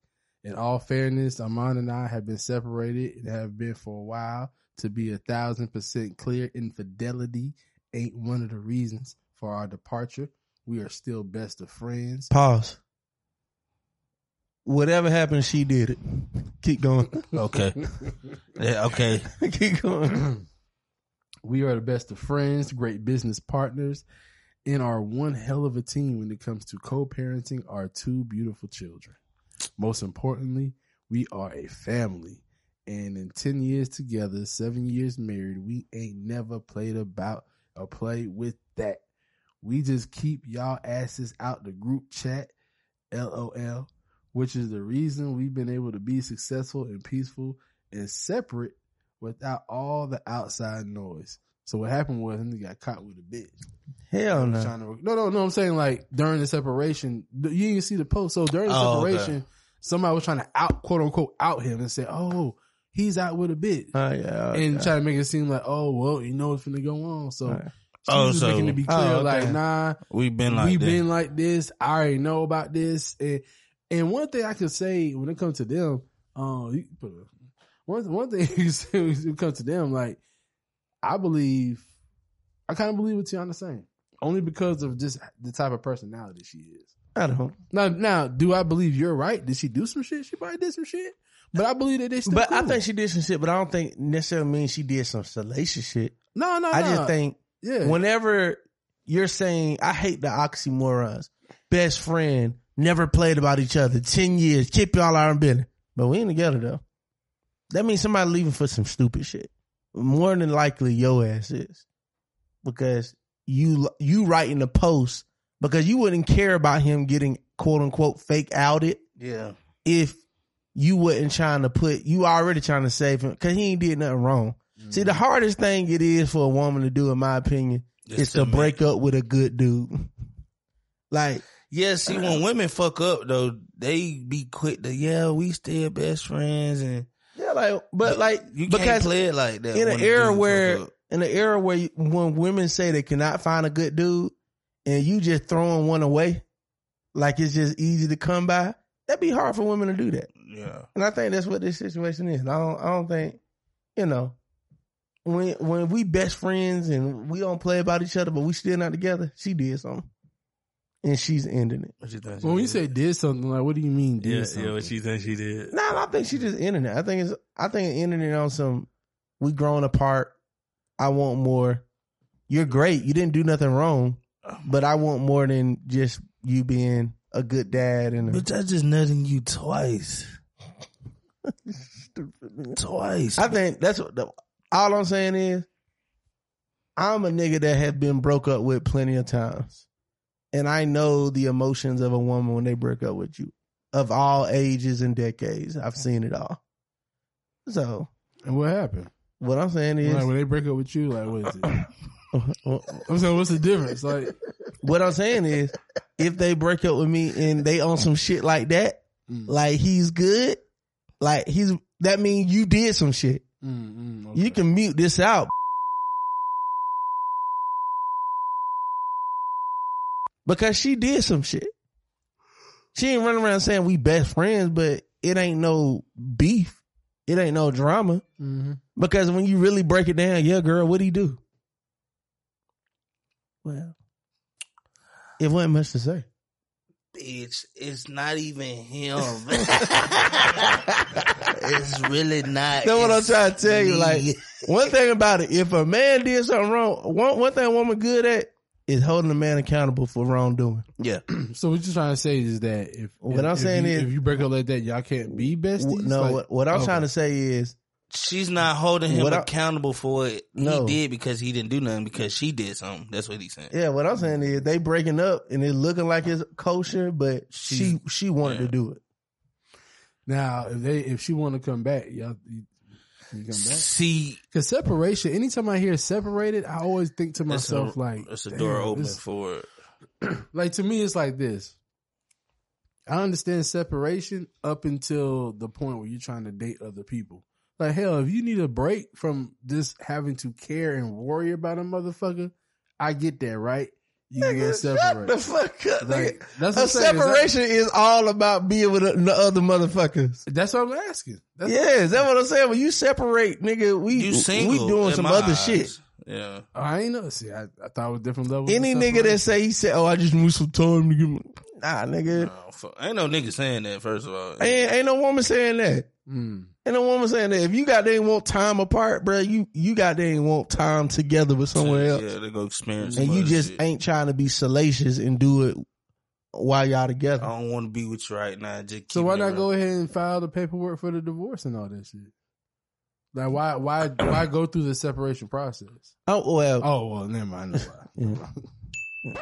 In all fairness, Amon and I have been separated and have been for a while. To be a thousand percent clear, infidelity ain't one of the reasons for our departure. We are still best of friends. Pause. whatever happened, she did it. Keep going. Okay. yeah, okay. Keep going. We are the best of friends, great business partners, and are one hell of a team when it comes to co parenting our two beautiful children. Most importantly, we are a family. And in 10 years together, seven years married, we ain't never played about or played with that. We just keep y'all asses out the group chat, LOL, which is the reason we've been able to be successful and peaceful and separate without all the outside noise. So what happened was, he got caught with a bitch. Hell no. Trying to, no, no, no. I'm saying like during the separation, you didn't see the post. So during the Oh, okay. separation, somebody was trying to out, quote unquote, out him and say, "Oh, he's out with a bitch," Oh, yeah. okay. and try to make it seem like, "Oh, well, you know what's gonna go on." So Right. she Oh, was so- making it be Oh, clear, like, okay. "Nah, We've been like we've that. been like this. I already know about this. And and one thing I could say when it comes to them, um, you can put a- one one thing you say when it comes to them, like I believe, I kind of believe what Tiana's saying, only because of just the type of personality she is. I don't. Now, now, do I believe you're right? Did she do some shit? She probably did some shit, but I believe that they. Still But I cool. think she did some shit, but I don't think necessarily means she did some salacious shit. no, no, I no. just think yeah, whenever you're saying, I hate the oxymorons, best friend, never played about each other, 10 years, keep y'all out of business. But we ain't together though. That means somebody leaving for some stupid shit. More than likely, your ass is. Because you, you writing a post because you wouldn't care about him getting quote unquote fake outed yeah. if you wasn't trying to put you already trying to save him because he ain't did nothing wrong. See, Mm. the hardest thing it is for a woman to do, in my opinion, Just is to make- break up with a good dude. like, Yeah, see, when women fuck up though, they be quick to yeah, we still best friends, and yeah, like, but like, you can't because play it like that in when an a era dude where, fuck up. in an era where you, when women say they cannot find a good dude, and you just throwing one away, like it's just easy to come by. That'd be hard for women to do that. yeah, And I think that's what this situation is. I don't I don't think, you know, when when we best friends and we don't play about each other, but we still not together, she did something. And she's ending it. what you think she when you did? say did something, like, what do you mean? Did yeah, something? yeah, what you think she did? No, I think she just ending it. I think it's I think ending it on some we grown apart. I want more. You're great. You didn't do nothing wrong, but I want more than just you being a good dad and a, But I just nutting you twice, stupid. man. twice. I think that's what the, all I'm saying is I'm a nigga that have been broke up with plenty of times. And I know the emotions of a woman when they break up with you of all ages and decades. I've seen it all. So And what happened? what I'm saying is Like when they break up with you, like what is it? I'm saying, what's the difference? Like, what I'm saying is if they break up with me and they on some shit like that, Mm. like he's good, like he's that means you did some shit. mm, mm, okay. You can mute this out. Because she did some shit. She ain't running around saying we best friends, but it ain't no beef. It ain't no drama. Mhm. Because when you really break it down, yeah, girl, what'd he do? Well, it wasn't much to say. bitch, it's not even him. it's really not. That's what I'm It's trying to tell you. me. Like one thing about it, if a man did something wrong, one one thing a woman good at is holding a man accountable for wrongdoing. yeah, So what you're trying to say is that if What if- I'm if saying you- is- if you break up like that, y'all can't be besties. No, Like, what, what I'm okay. trying to say is she's not holding him What I- accountable for it. No. He did because he didn't do nothing because she did something. That's what he's saying. yeah, what I'm saying is they breaking up and it looking like it's kosher, but she she wanted to yeah. do it. now if they if she want to come back, y'all you, you come back. See, Because separation, anytime I hear separated, I always think to it's myself a, like it's a damn, door open this- for it. like to me, it's like this. I understand separation up until the point where you're trying to date other people. Like hell, if you need a break from just having to care and worry about a motherfucker, I get that, right? You can Shut separate. the fuck up. Like, nigga. that's what A I'm saying. Is that- separation is all about being with the other motherfuckers. That's what I'm asking. That's Yeah, is that what I'm saying? When you separate, nigga, we You single? we doing in some my other eyes. shit. Yeah, I ain't know. See, I, I thought it was different levels. Any of nigga that separation. say he said, "Oh, I just need some time to get," my-" Nah, nigga. Oh, fuck. Ain't no nigga saying that. First of all, Ain't, ain't no woman saying that. Mm. Ain't no woman saying that. If you got they want time apart, bro, you you got they want time together with somewhere else, Yeah, they go experience. and some you other just shit. ain't trying to be salacious and do it while y'all together. I don't want to be with you right now. Just keep So why it not around. go ahead and file the paperwork for the divorce and all that shit? Like why why why go through the separation process? Oh well, Oh well, never mind. I know why. yeah.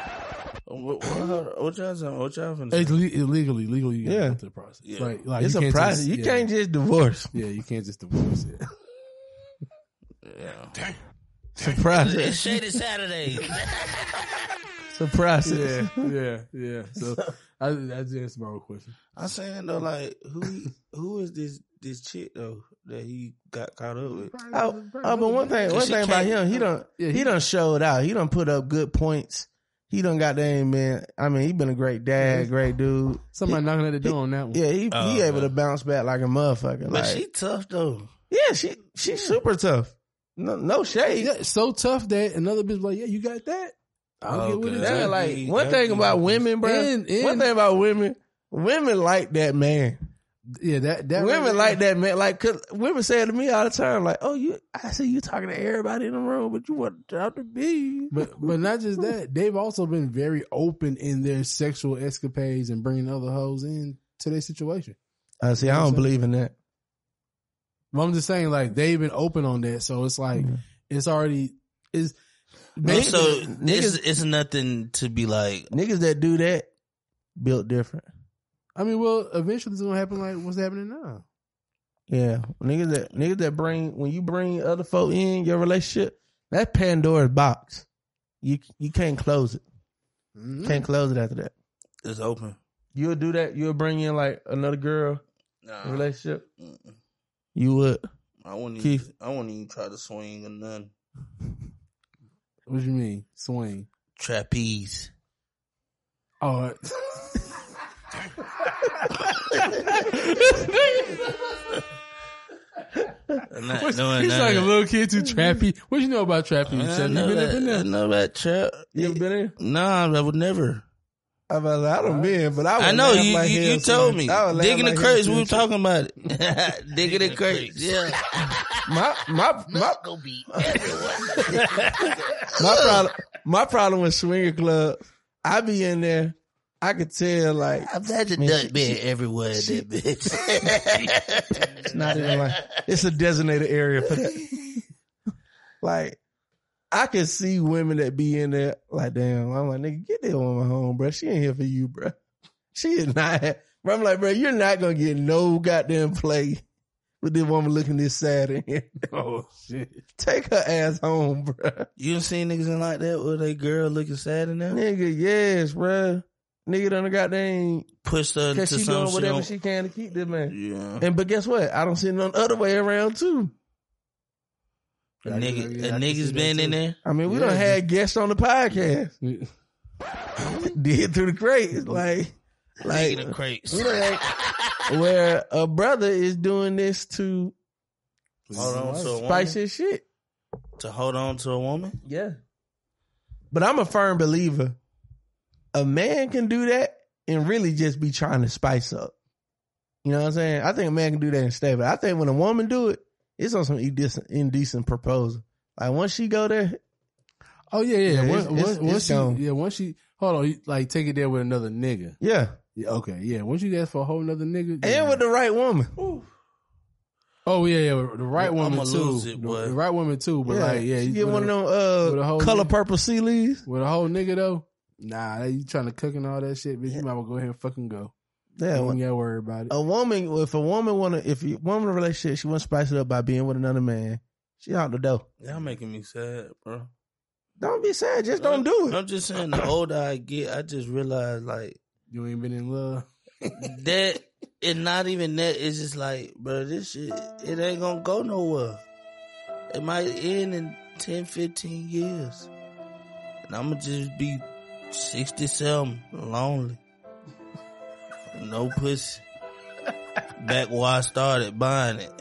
What, what, what y'all saying? What y'all finna It's le- illegally, legally, you yeah. Yeah. go through the process. Yeah. Like, like it's you a can't process. just- you yeah. can't just divorce. Yeah, you can't just divorce it. Yeah. It's a process. Shady Saturday. It's a process. yeah, yeah, yeah. So I, I just answered my own question. I'm saying though, like who who is this this chick though that he got caught up with? Oh, oh, but one thing, one She thing about him, can't- he done, Yeah, he, he- done showed out. He done put up good points. He done got damn man. I mean, he been a great dad, great dude. Somebody knocking at the door on that one. Yeah, he Oh, he able man. to bounce back like a motherfucker. But Like, she tough though. yeah, she she's super tough. No, no shade. Yeah, so tough that another bitch like, yeah, you got that. I'll get with it. Okay. Yeah, too. like be- one that thing be- about women, bro. And- one and- thing about women, women like that man. yeah, that that women right like there- that man. Like, cause women say to me all the time, like, "Oh, you, I see you talking to everybody in the room, but you want to talk to me." But but not just that, they've also been very open in their sexual escapades and bringing other hoes in to their situation. I Uh, see. I don't believe in that. But I'm just saying, like they've been open on that, so it's like it's already is. No, Oh, so Niggas- it's, it's nothing to be like. Niggas that do that built different. I mean, well, eventually it's gonna happen. Like what's happening now? Yeah, niggas that niggas that bring when you bring other folk in your relationship, that Pandora's box. You you can't close it. Mm-hmm. Can't close it after that. It's open. You'll do that. You'll bring in like another girl in a Nah, relationship. You would. I wouldn't. Keith. Even, I wouldn't even try to swing or none. What you mean swing? Trapeze. Oh, I'm not doing he's none like a of little kid too trappy. What you know about trappy? that. Shep? I You know been up that- in I there? know about trap. You ever been in? Nah, I would never. I was like, I don't been, but I. Would I know laugh you. like you, hell you told seeing- me I would laugh digging like the hell crates. seeing We were shit. talking about it. digging the crates. Yeah. My my my my problem my problem with swinger club. I be in there. I could tell like Imagine Man, that she- being everywhere. in that bitch. It's not even like it's a designated area for that. like I can see women that be in there like damn. I'm like nigga, get that woman home, bro. She ain't here for you, bro. She is not. Bro, I'm like, bro, you're not gonna get no goddamn play with this woman looking this sad in here. Oh shit! Take her ass home, bro. You done seen niggas in like that with a girl looking sad in there? Nigga, yes, bro. Nigga done goddamn Pushed her into cause she some doing she whatever don't- she can to keep this man. Yeah. And but guess what? I don't see none other way around too. A I can- I nigga, can- a I can see nigga's that been in too. there. I mean, we Yeah. don't had guests on the podcast. Yeah. Did through the crate, like, like Digging the crates. we don't had, where a brother is doing this to Hold on to a spice woman. his shit. To hold on to a woman. Yeah, but I'm a firm believer. A man can do that and really just be trying to spice up. You know what I'm saying? I think a man can do that and stay. But I think when a woman do it, it's on some indecent, indecent proposal. Like once she go there, Oh yeah, yeah. Yeah, once, it's- it's- once, once it's she, gone. yeah, once she, hold on, you- like take it there with another nigga. yeah, Yeah, okay, yeah. Once you ask for a whole nother nigga, yeah. and with the right woman. oh yeah, yeah, the right I'ma woman too, lose it, the, boy. the right woman too. But like, yeah, she you get with one a- of with them a uh, whole color nigga. purple sea leaves. with a whole nigga though. Nah, you trying to cook and all that shit, bitch. You might as well go ahead and fucking go. Yeah, Oh. Yeah, one- you gotta worry about it. a woman. If a woman wanna, if a woman in a relationship, she want to spice it up by being with another man. She out the door. Y'all making me sad, bro. Don't be sad. Just don't do it. I'm just saying. The older I get, I just realize like You ain't been in love. that. And not even that. It's just like, bro, this shit. It ain't gonna go nowhere. It might end in 10, 15 years, and I'ma just be sixty seven, lonely, no pussy. Back where I started buying it.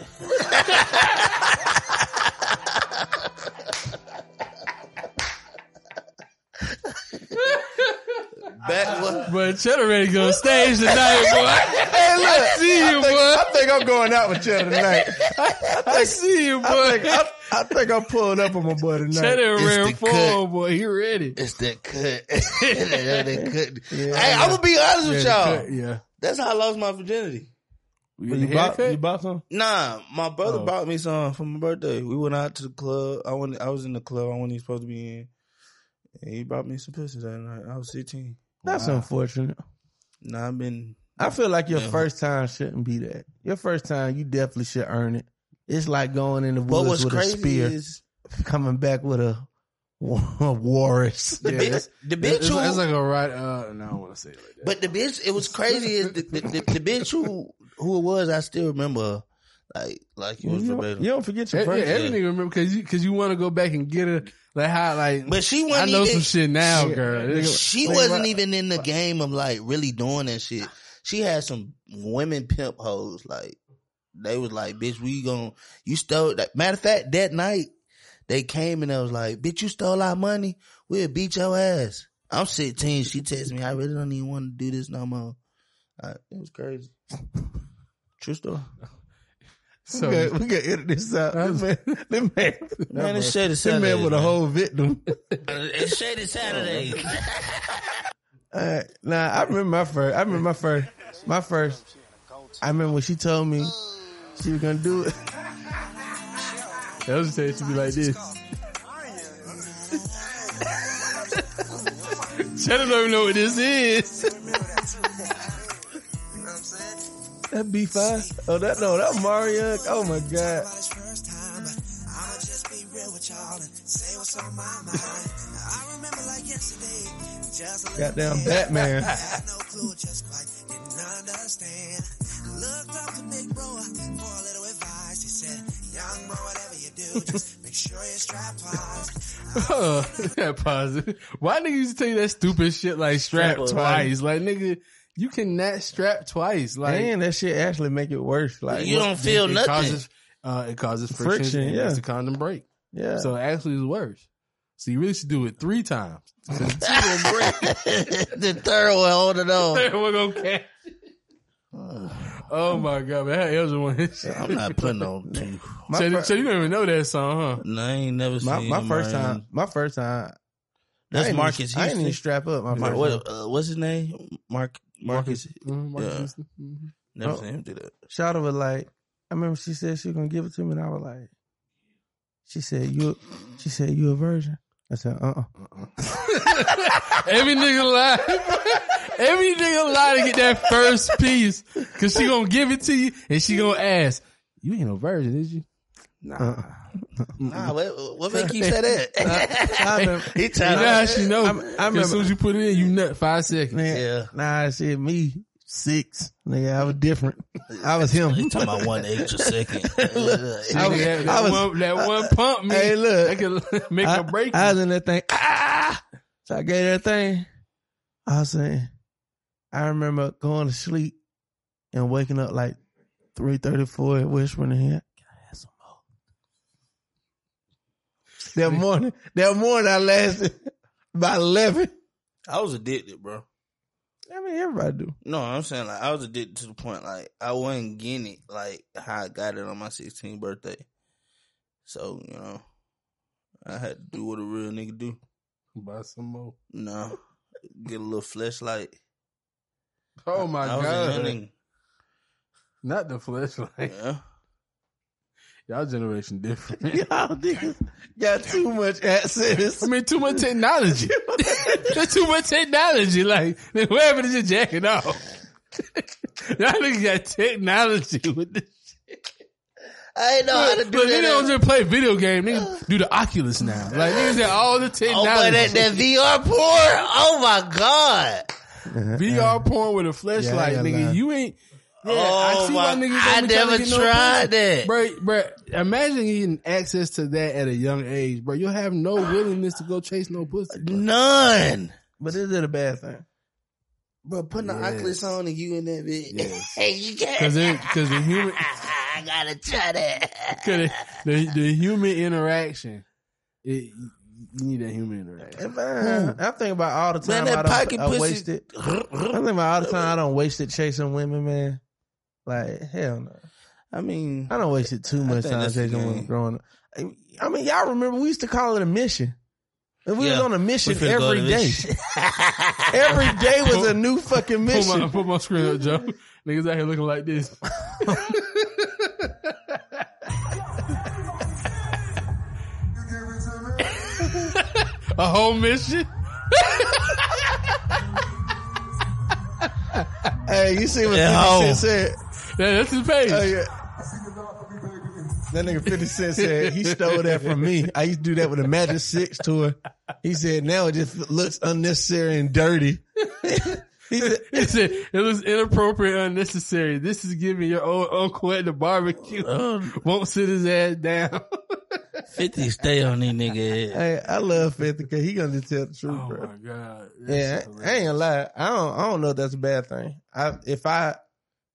Back where, But Cheddar ready to go on stage tonight, boy. Hey, look, I see you, I think, boy. I think I'm going out with Cheddar tonight. I see you, I boy. think, I, I think I'm pulling up on my boy tonight. Cheddar It's ran the forward, boy. He ready. It's that cut. that cut. Hey, I'm gonna be honest with y'all. Yeah. That's how I lost my virginity. You, You bought, you bought some? Nah, my brother Oh. bought me some for my birthday. We went out to the club. I went. I was in the club. I wasn't even supposed to be in. And he bought me some pussy that night. I was 16. That's unfortunate. Nah, I've been. I feel like your Yeah. first time shouldn't be that. Your first time, you definitely should earn it. It's like going in the But woods what's with a crazy spear, is coming back with a, a walrus. the bitch. The bitch It's, who. it's like a right. Uh, no, I want to say it like that. But the bitch, it was crazy. Is the, the, the, the bitch who who it was? I still remember, her. like like it You was don't, verbatim. you don't forget your Yeah, first. yeah, every nigga remember because you because you want to go back and get her like how like But she I wasn't. know even, some shit now, girl. She Like, wasn't what- even in the game of like really doing that shit. She had some women pimp hoes. Like they was like, bitch, we gon' you stole that. Matter of fact, that night they came and they was like, bitch, you stole our money. We'll beat your ass. I'm 16. She texted me, I really don't even want to do this no more. Like, it was crazy. True story. So We could, we could edit this out. This man, this man, Man, it's Shady this Saturday. Uh, man with a whole victim. It's Shady Saturday. Uh, nah, I remember my first. I remember my first. My first. I remember when she told me she was gonna do it. that was saying it should be like this. Cheddar don't even know what this is. That B five. Oh, that no, that Mario. Oh my god. Goddamn Batman. Oh, yeah, positive. Why nigga used to tell you that stupid shit like strap Strap twice? Like nigga, you cannot strap twice. Like And that shit actually make it worse. Like You don't feel it nothing. Causes, uh, it causes friction, Friction, and yeah. makes the condom break. yeah. So it actually it's worse. So you really should do it three times. the third one holding on. We're gonna catch. it. Oh my god, man! That was one. I'm not putting on two. my so, fir- so you don't even know that song, huh? No, I ain't never my, seen my him first around. time. My first time. I That's ain't Marcus Even, Houston. I didn't even strap up. My Mar- first time. what, uh, what's his name? Mark Marcus. Mhm, Mark Yeah. Houston. Mhm. Never Oh. seen him do that. Shada was like, I remember she said she was gonna give it to me, and I was like, she said you, she said you a virgin. I said, uh, uh Every nigga lie. Every nigga lie to get that first piece, cause she gonna give it to you, and she gonna ask, "You ain't no virgin, is you?" uh. Nah, what, what make you say that? I remember, he You tried. know how she know. I remember- as soon as you put it in, you nut five seconds. yeah. Nah, shit, me six. Nigga, I was different. I was him. He talking about one extra second. I was- that, that I was- one, that one pump, man. Hey, look. that could make I, a break. I was in that thing. Ah! So I gave that thing. I was saying, I remember going to sleep and waking up like three thirty four and whispering in here. "Can I have some more?" That morning, that morning I lasted by eleven. I was addicted, bro. I mean, everybody do. No, I'm saying like I was addicted to the point like I wasn't getting it like how I got it on my 16th birthday. So you know, I had to do what a real nigga do. Buy some more. No, get a little flashlight. Oh my I was god! a young Not the flashlight. nigga. Yeah. Y'all generation different. Y'all niggas got too much access. I mean, too much technology. There's too much technology. Like, whatever is just jacking off. Oh. Y'all niggas got technology with this. I ain't know how to do But niggas don't that. just play video game. Niggas do the Oculus now. Like, niggas got all the Oh, technology. but that, that VR porn. Oh my god. VR porn with a flashlight, yeah, nigga. nah. You ain't. Yeah, oh I see my! why niggas I don't be trying never to get no tried pussy. that. Bro, bro, imagine getting access to that at a young age, bro. You'll have no willingness to go chase no pussy. bro. None. But is it a bad thing? Bro, putting the Oculus on and you in that bitch. Yes. hey, you can't. Cause it, cause the human, I gotta try that. cause the, the, the human interaction, it, you need that human interaction. Man, I think about all the Man, time I, that don't, pocket I pussy. wasted. I think about all the time I don't waste it chasing women, man. Like hell no, I mean, I don't waste it too much think time that's the chasing women game. growing up. I I mean, y'all remember we used to call it a mission. And we Yeah, was on a we mission finna go to every day. this- Every day was a new fucking Put my, mission. put my screen up, Joe. Niggas out here looking like this. A whole mission? Hey, you see what Yeah. oh. 50 Cent said? Yeah, that's his page. Oh, yeah. That nigga 50 Cent said he stole that from me. I used to do that with the Magic Six tour. He said now it just looks unnecessary and dirty. he said, It said it was inappropriate, unnecessary. This is giving your old uncle at the barbecue. Won't sit his ass down. 50 stay on these nigga. head. hey, I love 50 because he gonna just tell the truth, oh bro. my god. Yeah, That's I ain't gonna lie. I don't, I don't know if that's a bad thing. I, if I,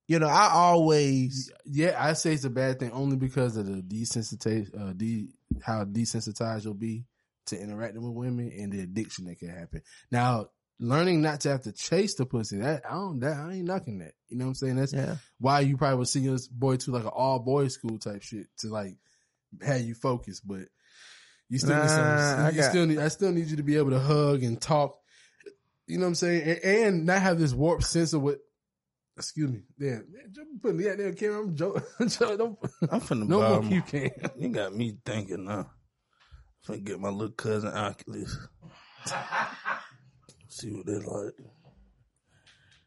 you know, I always, Yeah, I say it's a bad thing only because of the desensitization, uh, de- how desensitized you'll be to interacting with women and the addiction that can happen. Now, learning not to have to chase the pussy, that I don't, that I ain't knocking that. You know what I'm saying? That's yeah, why you probably would see your boy to like an all boys school type shit to like have you focus, but you still need some, Nah, I you got- still need I still need you to be able to hug and talk. You know what I'm saying? And, and not have this warped sense of what excuse me. Damn, man, don't put me out there, Cam. I'm joking. don't I'm finna no buy more my- you can. You got me thinking now. I'm finna get my little cousin Oculus. See what they like.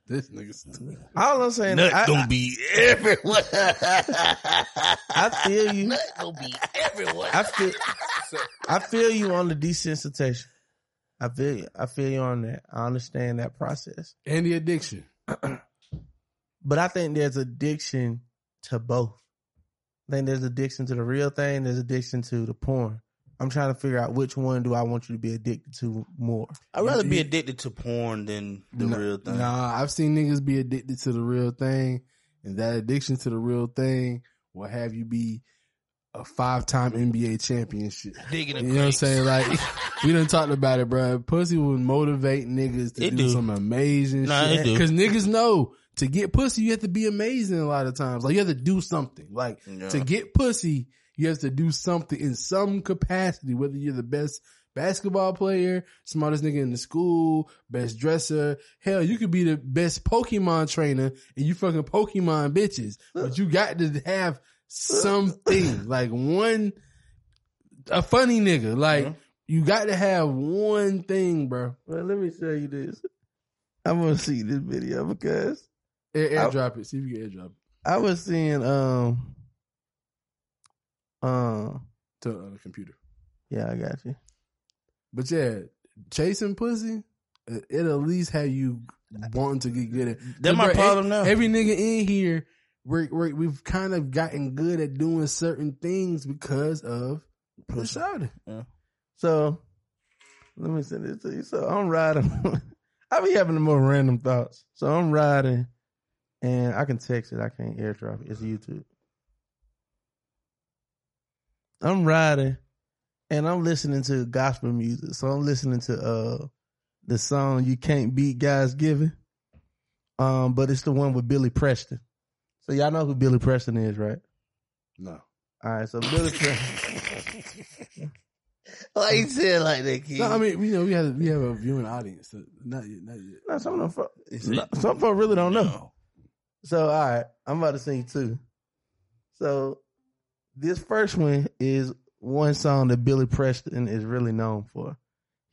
This nigga all I'm saying, Nut I- gonna be everywhere. I feel you. Nut gonna be everywhere. I feel, I feel you on the desensitization. I feel you. I feel you on that. I understand that process, and the addiction. but I think there's addiction to both. I think there's addiction to the real thing. There's addiction to the porn. I'm trying to figure out which one do I want you to be addicted to more. I'd rather be addicted to porn than the Nah, real thing. Nah, I've seen niggas be addicted to the real thing, and that addiction to the real thing will have you be a five time NBA championship. Digging You know what I'm saying? Like we done talked about it, bro. Pussy will motivate niggas to It do, do. some amazing Nah, shit. it do. Cause niggas know to get pussy, you have to be amazing a lot of times. Like you have to do something. Like Yeah. to get pussy, you have to do something in some capacity, whether you're the best basketball player, smartest nigga in the school, best dresser. Hell, you could be the best Pokemon trainer and you fucking Pokemon bitches, but you got to have something like one, a funny nigga. Like you got to have one thing, bro. Well, let me show you this. I'm gonna see this video because Air, I- airdrop it. See if you can airdrop it I was seeing um um to uh, the computer. yeah, I got you. But yeah, chasing pussy, uh, it- it'll at least have you wanting to get good at. That's my Bruh, problem e- now. Every nigga in here, we're, we're, we've kind of gotten good at doing certain things because of the shouting. So let me send this to you. So I'm riding. I be having the more random thoughts. So I'm riding, and I can text it. I can't airdrop it. It's YouTube. I'm riding, and I'm listening to gospel music. So I'm listening to uh the song "You Can't Beat Guys Giving," um, but it's the one with Billy Preston. So y'all know who Billy Preston is, right? No. All right, so Billy Preston. Why you say it like that, kid? No, I mean, you know, we have we have a viewing audience. So not yet, not yet. No, some of them, fuck- some folk really don't know. So all right, I'm about to sing two. So this first one is one song that Billy Preston is really known for.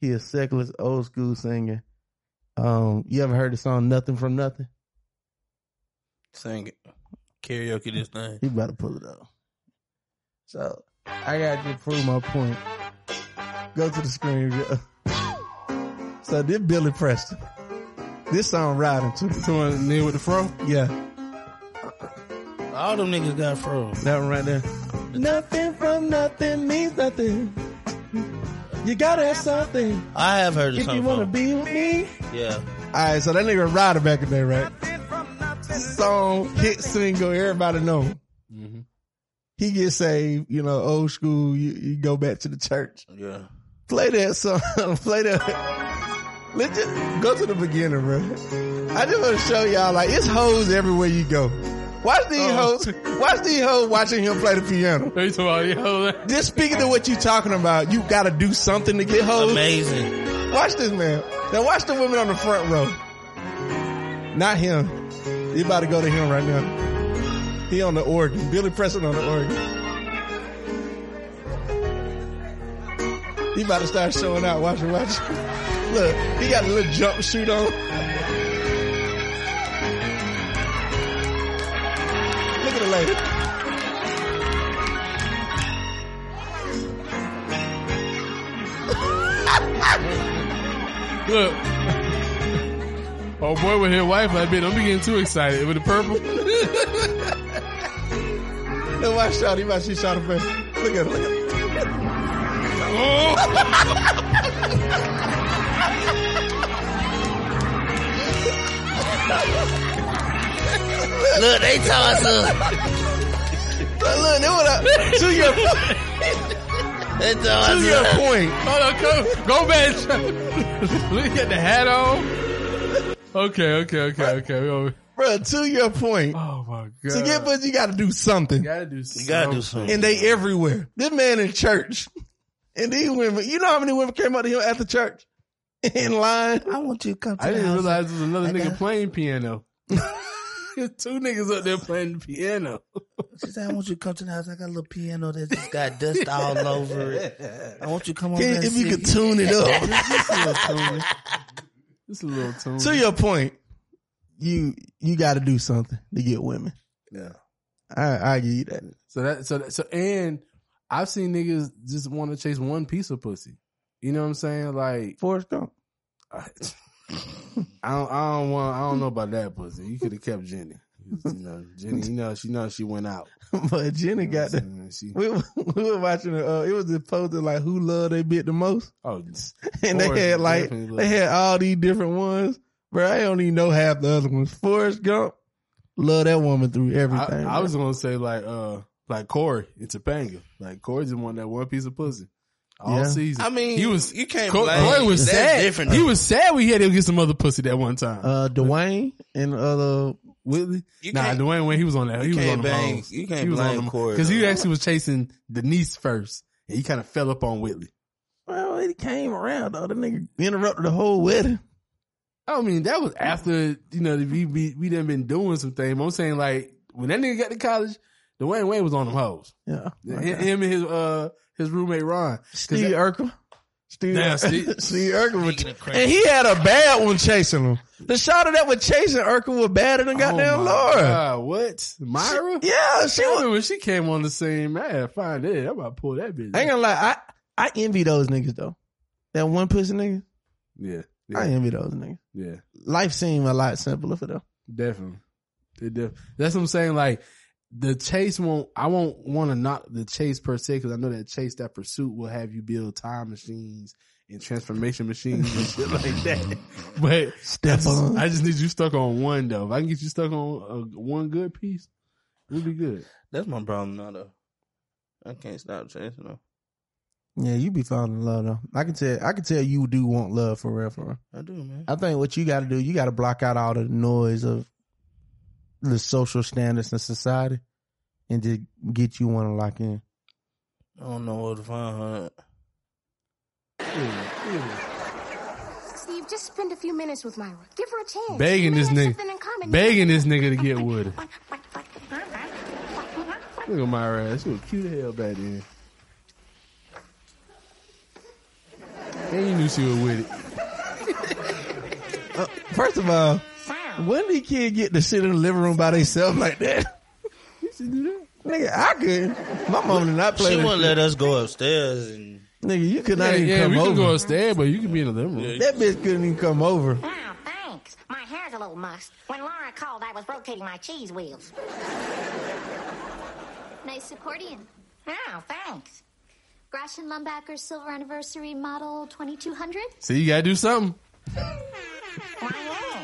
He is secular old school singer. Um, you ever heard the song "Nothing from Nothing"? Sing it. Karaoke this thing. He about to pull it up. So I got to prove my point. Go to the screen. girl. So this Billy Preston. This song riding too. Someone near with the fro. Yeah. All them niggas got froze. That one right there. Nothing from nothing means nothing. You gotta have something I have heard of if you something. wanna be with me. yeah. Alright, so that nigga Ryder back in the day, right? Song, hit single, everybody know. him. He gets saved, you know, old school, you, you go back to the church. Yeah. Play that song. Play that. Let's just go to the beginning, bro. I just want to show y'all like it's hoes everywhere you go. Watch these hoes. Watch these hoes watching him play the piano. Hey, somebody, hold on. Just speaking to what you talking about, you gotta do something to get hoes. Amazing. Watch this man. Now watch the women on the front row. Not him. You about to go to him right now. He on the organ. Billy Preston on the organ. He about to start showing out. Watch it, watch it. Look, he got a little jumpsuit on. Look at the lady. Look. Oh boy, with his wife like, man, I'm getting too excited with the purple. Look, watch shot. He about she shot him. Look at her. Look at her. Look, they toss us. Look, look, they went up to your They toss to your us. point. Hold on, come, go back. Look at the hat on. Okay, okay, okay, okay. we over- Bro, to your point. Oh my god. To get but you gotta do something. gotta do You gotta do something. And they everywhere. This man in church. And these women, you know how many women came up to him at the church? In line. I want you to come to I the didn't house. realize there was another I nigga got- playing piano. There's two niggas up there playing piano. She said, I want you to come to the house. I got a little piano that just got dust all over it. I want you to come over If and if you sit. could tune it up. This a little tune. This a little tune. to your point, you you gotta do something to get women. Yeah. I I give you that. So that so that, so and I've seen niggas just want to chase one piece of pussy. You know what I'm saying? Like Forrest Gump. I don't I don't want I don't know about that pussy. You could have kept Jenny. You know, Jenny, you know she knows she went out. but Jenny You know got what I'm the saying? She, we, were- we were watching the uh, it was the post of like who love they bit the most. oh, and Forrest they had like definitely they loved had all these different ones. Bro, I don't even know half the other ones. Forrest Gump, love that woman through I, everything. I was gonna say like uh like Corey in Topanga. Like Corey just wanted that one piece of pussy all Yeah. season. I mean, he was you can't Co- blame. Corey was That's sad. different. He was sad we had to get some other pussy that one time. uh, Dwayne and uh, the other Whitley. You nah, can't- Dwayne when he was on that, he you was can't on the blame- bones. you can't he was blame Corey, because he though. actually was chasing Denise first, and he kind of fell up on Whitley. well, he came around though. The nigga interrupted the whole wedding. I mean, that was after you know we we we done been doing some things. But I'm saying like when that nigga got to college, Dwayne Wayne was on them hoes. Yeah, Him- Him and his uh his roommate Ron. 'Cause Steve that- Urkel. Steve, Damn, Steve- Steve Urkel, was Speaking of crazy. and he had a bad one chasing him. The shot that was chasing Urkel was badder than goddamn oh my Laura. God, what Myra? Yeah, she I was. remember when she came on the scene. Man, I had to find it. I'm about to pull that bitch. I ain't gonna lie, I I envy those niggas though. That one pussy nigga, Yeah, I yeah, envy those niggas. yeah. life seemed a lot simpler for them. Definitely. It def- That's what I'm saying. Like the chase won't. I won't want to knock the chase per se because I know that chase, that pursuit, will have you build time machines and transformation machines and shit like that. But Step on. I just need you stuck on one though. If I can get you stuck on uh, one good piece, we'll be good. That's my problem now, though. I can't stop chasing them. yeah, you be falling in love though. I can tell. I can tell you do want love for real, for real. I do, man. I think what you got to do, you got to block out all the noise of the social standards in society, and just get you one to lock in. I don't know where to find her. Steve, just spend a few minutes with Myra. Give her a chance. Begging You may this have nigga- something in common. Begging this nigga to get with her. with. Look at my ass. She was cute as hell back then. And you knew she was with it. First of all, when did kid get to sit in the living room by themselves like that? Nigga, I could. My mom did not play. She that wouldn't shit. let us go upstairs, and Nigga, you could not Yeah, even yeah, come we over. can go upstairs, but you can be in the living room. that bitch couldn't even come over. Wow, Ah, thanks. My hair's a little mussed. When Laura called, I was rotating my cheese wheels. Nice accordion. Wow, thanks. Gratian Lumbacker Silver Anniversary Model 2200. See, you gotta do something. Why,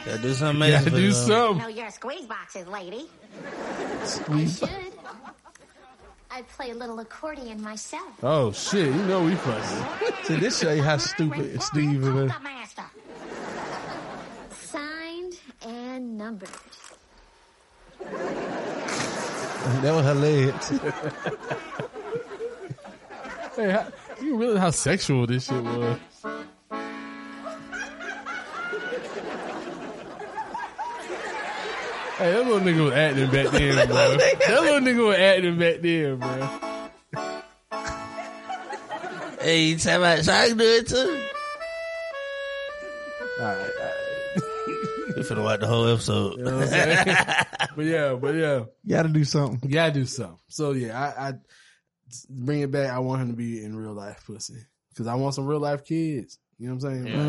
gotta do You something else. gotta do for them. yeah. something. Know your squeeze boxes, lady. I should. I play a little accordion myself. Oh shit, you know we fucking. See, this show you how stupid Steve is. Signed and numbered. That was her legs. Hey, how, you realize how sexual this shit was? Hey, that little nigga was acting back then, bro. That little nigga was acting back then, bro. Hey, you talking about Shark do it too? Alright, alright. We finna watch the whole episode. You know what I'm saying? but yeah, but yeah, Gotta do something. yeah, I do something. So yeah, I, I bring it back. I want him to be in real life pussy because I want some real life kids. You know what I'm saying? Yeah.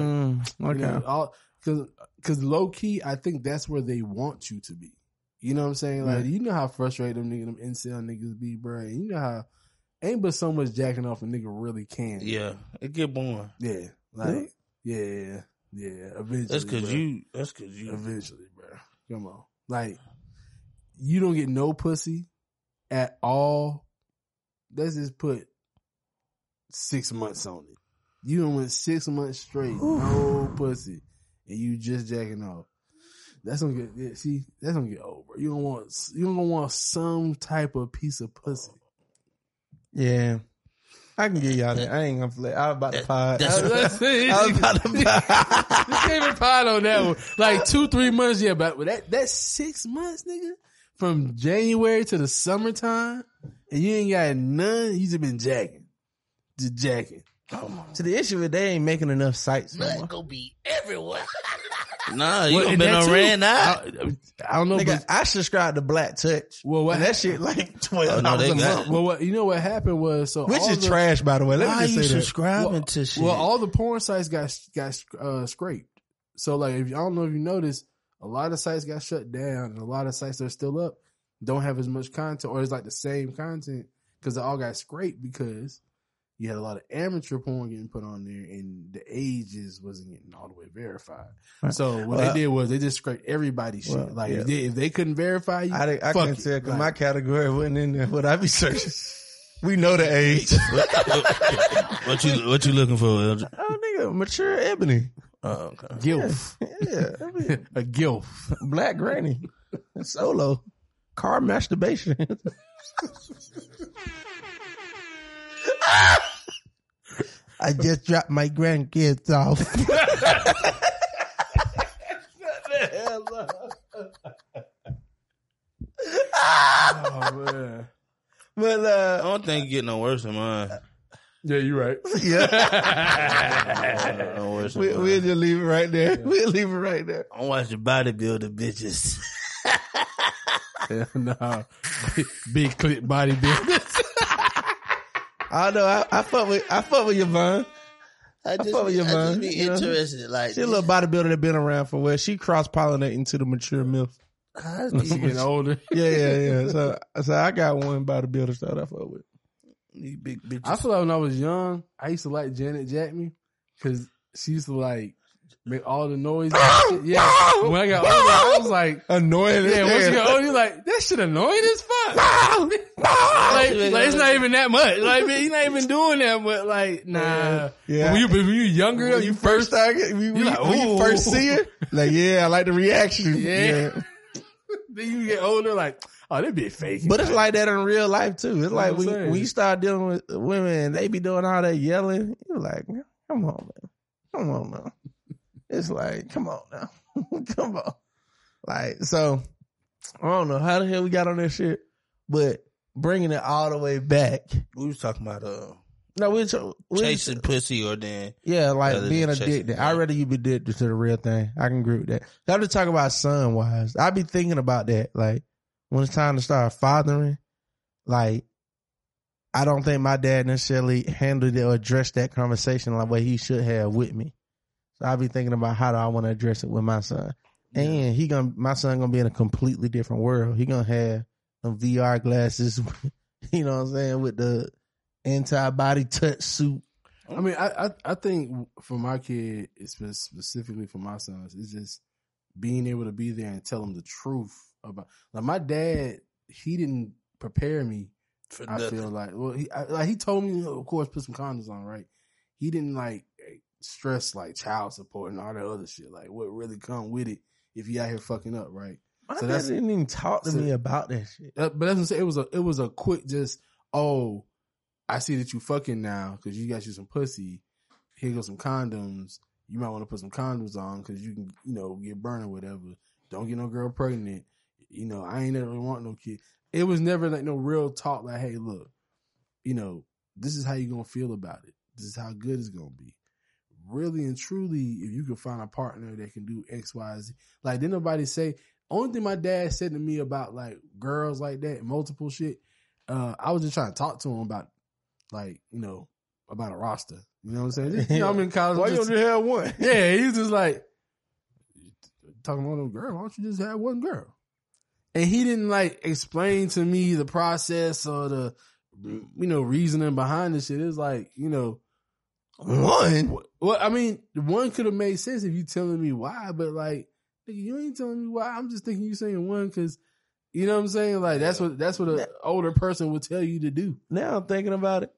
Mm, okay. You know, all because because low key, I think that's where they want you to be. You know what I'm saying? Like you know how frustrated them niggas, them incel niggas be, bro. And you know how ain't but so much jacking off a nigga really can. Yeah, it get boring. yeah, like yeah, yeah. eventually, That's cause bro. you. That's cause you. eventually, bro. Come on, like you don't get no pussy at all. Let's just put six months on it. You done went six months straight, no pussy, and you just jacking off. That's gonna get yeah, see. That's gonna get old, bro. You don't want you don't want some type of piece of pussy. Yeah. I can get y'all that. I ain't gonna play. I was about to pod. That's I was about to pod. You can't even pile on that one. Like two, three months, yeah, but with that that six months, nigga, from January to the summertime, and you ain't got none. You just been jacking, just jacking. So the issue is they ain't making enough sites. No more. nah, you Well, done and been that on too, red I, eye. I don't know, Nigga, but I subscribed to Black Touch. Well, what- And that shit like twelve Oh, no, dollars they a got month, it. well, what you know what happened was so which all is the- trash, by the way. Let Why me you just say that. subscribing Well, to shit? Well, all the porn sites got got uh, scraped. So like, if I don't know if you noticed, a lot of sites got shut down, and a lot of sites that are still up don't have as much content, or it's like the same content because they all got scraped because you had a lot of amateur porn getting put on there, and the ages wasn't getting all the way verified. Right. So what Well, they did was they just scraped everybody's well, shit. Like yeah. if, they, if they couldn't verify you, I, didn't- I fuck can't it. tell because Like, my category wasn't in there. What I be searching, we know the age. what you What you looking for, Elder? oh, nigga, mature ebony. Oh, okay. gilf, Yeah, I mean, a gilf. black granny, solo, car masturbation. I just dropped my grandkids off. Oh man, but I uh, don't think it get no worse than mine. yeah, you're right. yeah, No worse than we, mine. we'll just leave it right there. We'll leave it right there. I'm watching bodybuilder bitches. Yeah, nah, big, big clip bodybuilders. I know. I, I fuck with. I fuck with Yvonne. I just, fuck with your I just mind, be you know? interested. Like, She a little bodybuilder that been around for a while. She cross pollinating to the mature milf. how's She these, getting older. Yeah, yeah, yeah. So, so I got one bodybuilder that I fuck with. these big bitches? I feel like when I was young, I used to like Janet Jackman because she used to like make all the noise. and shit. Yeah. When I got older, I was like, Annoying. yeah, once you get older, you're like, that shit annoying as fuck. like, like, it's not even that much. Like, man, you're not even doing that much. Like, nah. But Yeah. When you, but when you younger, When you you first, first, I get, when, you- like, when you ooh. first see her, like, yeah, I like the reaction. Yeah. then you get older, like, oh, that be fake. But it's like that in real life too. It's what like when, I'm saying. when you start dealing with women, they be doing all that yelling. You're like, come on, man. Come on now. It's like, come on now. come on. Like, so I don't know how the hell we got on that shit, but bringing it all the way back. we was talking about uh, No, we're, t- we're chasing pussy or then Yeah, like Rather than being chasing addicted. it. I'd rather you be addicted to the real thing. I can agree with that. I'm just talking about son wise. I be thinking about that. Like when it's time to start fathering, like I don't think my dad necessarily handled it or addressed that conversation like way he should have with me. So I be thinking about how do I want to address it with my son. And he gonna my son gonna be in a completely different world. He gonna have them VR glasses, you know what I'm saying, with the anti body touch suit. I mean, I, I I think for my kid, it's been specifically for my sons, it's just being able to be there and tell them the truth about. Like my dad, he didn't prepare me for I nothing. feel like well, he I, like he told me, of course, put some condoms on, right? He didn't like stress like child support and all that other shit. Like what really come with it if you out here fucking up, right? My So dad that's- didn't even talk to so- me about that shit. That- but that's what I'm saying. It was a it was a quick just oh, I see that you fucking now because you got you some pussy. Here goes some condoms. You might want to put some condoms on because you can you know get burned or whatever. Don't get no girl pregnant. You know I ain't never want no kid. It was never like no real talk. Like hey look, you know this is how you gonna feel about it. This is how good it's gonna be. Really and truly, if you can find a partner that can do X, Y, Z, like did nobody say only thing my dad said to me about like girls like that, multiple shit, uh, I was just trying to talk to him about like, you know, about a roster. You know what I'm saying? Just, you know, I'm in college. Why you just- only have one? yeah, he's just like talking about a girl. Why don't you just have one girl? And he didn't like explain to me the process or the you know reasoning behind the shit. It's like you know One? wh- well, I mean, one could have made sense if you telling me why, but like nigga, you ain't telling me why. I'm just thinking you saying one because you know what I'm saying. Like that's what that's what an older person would tell you to do. Now I'm thinking about it.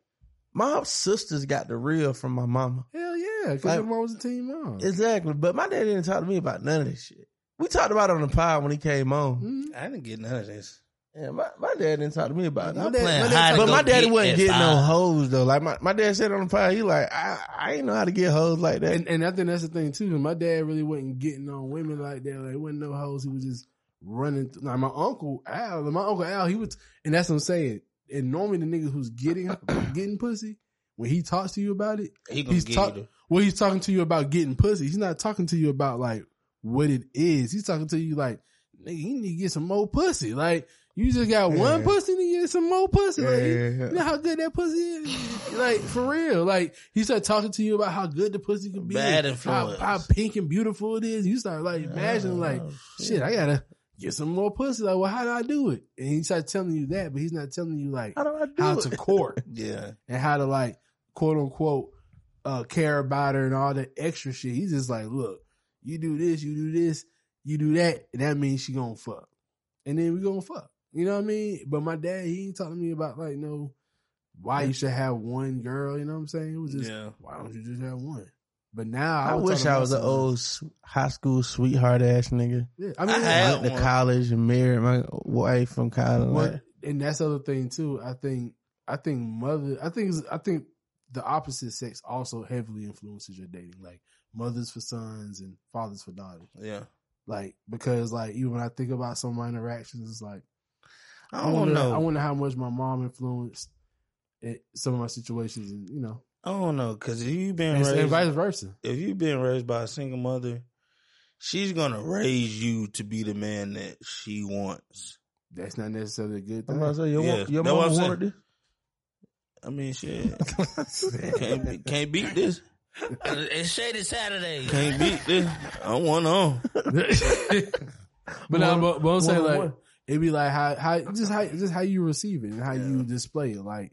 My sisters got the real from my mama. Hell yeah, because Like- your mom was a teen mom. Exactly. But my dad didn't talk to me about none of this shit. We talked about it on the pod when he came on. Mhm. I didn't get none of this. Yeah, my, my dad didn't talk to me about it. My My dad- dad- Playing my dad hide talk- but go my daddy get wasn't that getting no file. hoes though. Like my, my dad said on the pod, he like, I, I ain't know how to get hoes like that. And, and I think that's the thing too. 'cause My dad really wasn't getting on women like that. Like, it wasn't no hoes. He was just running. Th- like my uncle Al, my uncle Al, he was, and that's what I'm saying. And normally the niggas who's getting getting pussy, when he talks to you about it, He gonna he's get talk, you. well, he's talking to you about getting pussy. He's not talking to you about like what it is. He's talking to you like, nigga, you need to get some more pussy. Like you just got one Yeah. pussy and you get some more pussy. Like, you- Yeah. you know how good that pussy is? Like, for real. Like, he started talking to you about how good the pussy can be. Bad and influence. How, how pink and beautiful it is. You start, like, imagining, like, shit, I gotta get some more pussy. Like, well, how do I do it? And he started telling you that, but he's not telling you, like, How do I do how it? to court Yeah. and how to, like, quote unquote, uh, care about her and all that extra shit. He's just like, look, you do this, you do this, you do that, and that means she gonna fuck. And then we gonna fuck. You know what I mean? But my dad, he ain't talking to me about like no why you should have one girl, you know what I'm saying? It was just yeah. why don't you just have one? But now I, would talk wish to I my was an son. old s- high school sweetheart ass nigga. Yeah, I I mean, had Went to one. college and married my wife from college. What Like, and that's the other thing too. I think I think mother I think I think the opposite sex also heavily influences your dating, like mothers for sons and fathers for daughters. Yeah. Like because like even when I think about some of my interactions, it's like I I don't wonder know. I wonder how much my mom influenced it, some of my situations and you know I don't know because if you've been and, raised, and vice versa. if you've been raised by a single mother, she's gonna raise you to be the man that she wants. That's not necessarily a good I'm about to thing. say, your, Yeah. your That's what mama I'm saying. wanted this? I mean, shit, can't be- can't beat this. It's Shady Saturday. Can't beat this. I want on. But no, One- but, but I'm saying one-on-one. like it'd be like how how just how just how you receive it and how you display it. Like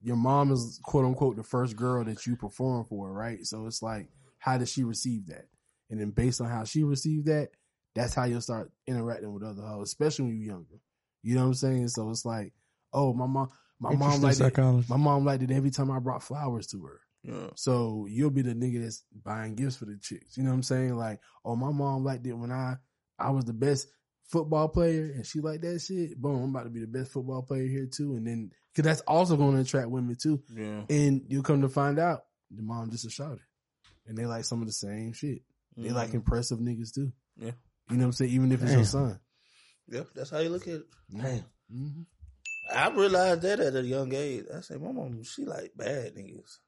your mom is quote unquote the first girl that you perform for, right? So it's like how does she receive that? And then based on how she received that, that's how you'll start interacting with other hoes, especially when you're younger. You know what I'm saying? So it's like, oh my mom, my mom Interesting liked it. psychology. My mom liked it every time I brought flowers to her. Yeah. So you'll be the nigga that's buying gifts for the chicks. You know what I'm saying? Like, oh, my mom liked it when I I was the best football player, and she liked that shit. Boom, I'm about to be the best football player here too. And then, cause that's also going to attract women too. Yeah. And you come to find out, the mom just a shouter, and they like some of the same shit. They like impressive niggas too. Mm. Yeah. you know what I'm saying? Even if it's Damn. your son. Yeah, that's how you look at it. Damn. hmm I realized that at a young age. I said, my mom, she like bad niggas.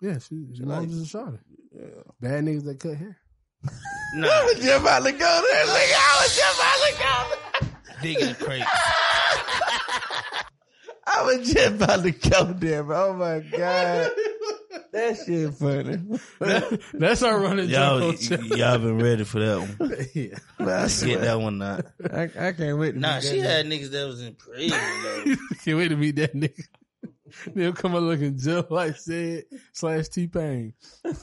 Yeah, she, she Like- mom just a shouter. Yeah. Bad niggas that cut hair. Nah, You're about to go there. Look, I was just about to go there. digging crazy. I was just about to go there, bro. Oh my god, that shit funny. that's our running Y'all, y'all been ready for that one. yeah. I, Get swear, that one not. I, I can't wait. To Nah, be she that had niggas that was in prison. though. Can't wait to meet that nigga. They'll come out looking just like said slash T Pain.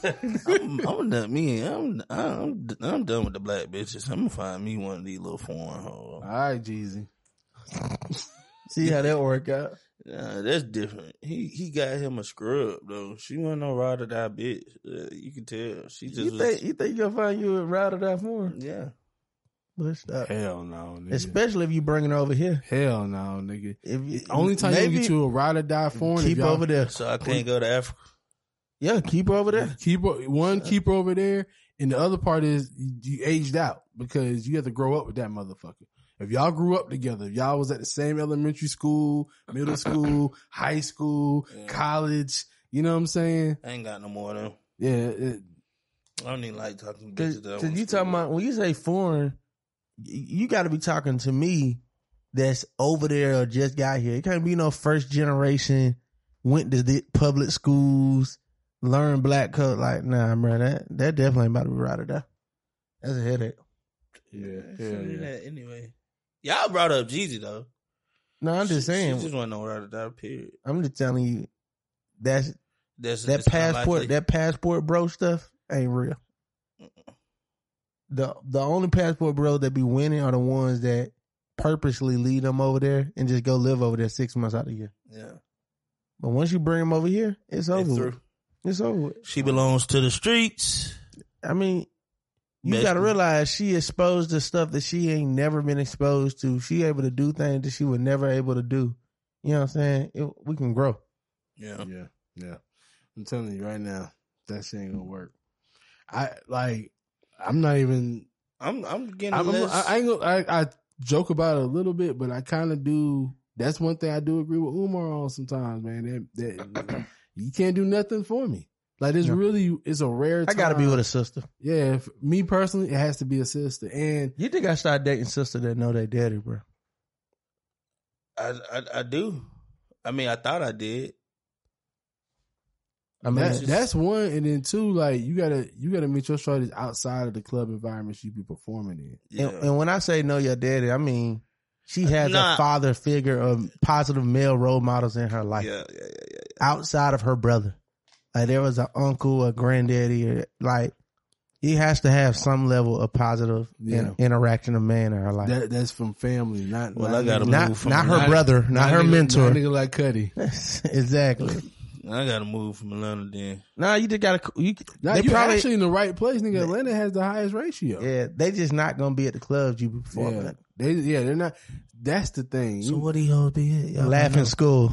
I'm, I'm not me. I'm I'm I'm done with the black bitches. I'm gonna find me one of these little foreign All hoes. right, Jeezy. See how that work out. Nah, that's different. He he got him a scrub though. She wasn't no ride or die bitch. Uh, you can tell she just You was. think you think you'll find you a rider that for? yeah, But stop. Hell no, nigga. Especially if you bring it over here. Hell no, nigga. If you, Only time you maybe can get you a ride or die foreign. keep over there. so I can't go to Africa. Yeah, keep her over there. Keep one keep her over there, and the other part is you, you aged out because you have to grow up with that motherfucker. If y'all grew up together, if y'all was at the same elementary school, middle school, high school, Yeah. college. You know what I'm saying? I ain't got no more though. Yeah, it, I don't even like talking to Cause, bitches. That I 'cause wanna you screw talking with. about when you say foreign, y- you got to be talking to me that's over there or just got here. It can't be no first generation went to the public schools, learned black code. Like nah, bro, that that definitely ain't about to be right or die. That's a headache. yeah, Yeah, hell send me yeah. that Anyway, y'all brought up Jeezy though. No, I'm just She- saying. she just wasn't no ride or die. Period. I'm just telling you that's That's that it's not passport likely. that passport bro stuff ain't real. The the only passport bro that be winning are the ones that purposely lead them over there and just go live over there six months out of the year. yeah, But once you bring them over here, it's they over. with. threw. It's over. with. She belongs to the streets. I mean, you Best- got to realize she exposed to stuff that she ain't never been exposed to. She able to do things that she was never able to do. You know what I'm saying? It, we can grow. Yeah, Yeah, yeah. I'm telling you right now, that shit ain't gonna work. I like. I'm not even. I'm I'm getting I'm, I'm, less. I, I ain't gonna. I, I joke about it a little bit, but I kind of do. That's one thing I do agree with Umar on sometimes, man. That that you can't do nothing for me. Like it's No. really, it's a rare. I Time. got to be with a sister. Yeah, if, me personally, it has to be a sister, and You think I start dating sister that know they daddy, bro? I, I I do. I mean, I thought I did. I mean, that, it's just- that's one. And then two, like you gotta you gotta meet your shorties outside of the club environment you be performing in. Yeah. And, and when I say know your daddy, I mean she has Nah. a father figure of positive male role models in her life yeah, yeah, yeah, yeah. outside of her brother. Like there was an uncle, a granddaddy, or like he has to have some level of positive Yeah. in, interaction of man in her life. That that's from family, not. Well, not I gotta nigga- not move from not her Atlanta- brother, not, her nigga- mentor. not nigga like Cuddy. exactly. I gotta move from Atlanta then. Nah, you just gotta. You, Now, they you probably actually in the right place, nigga. Atlanta has the highest ratio. yeah. They just not gonna be at the clubs you be performing. yeah. at. They, yeah, they're not. That's the thing. So what do y'all be at? Y'all Laughing school.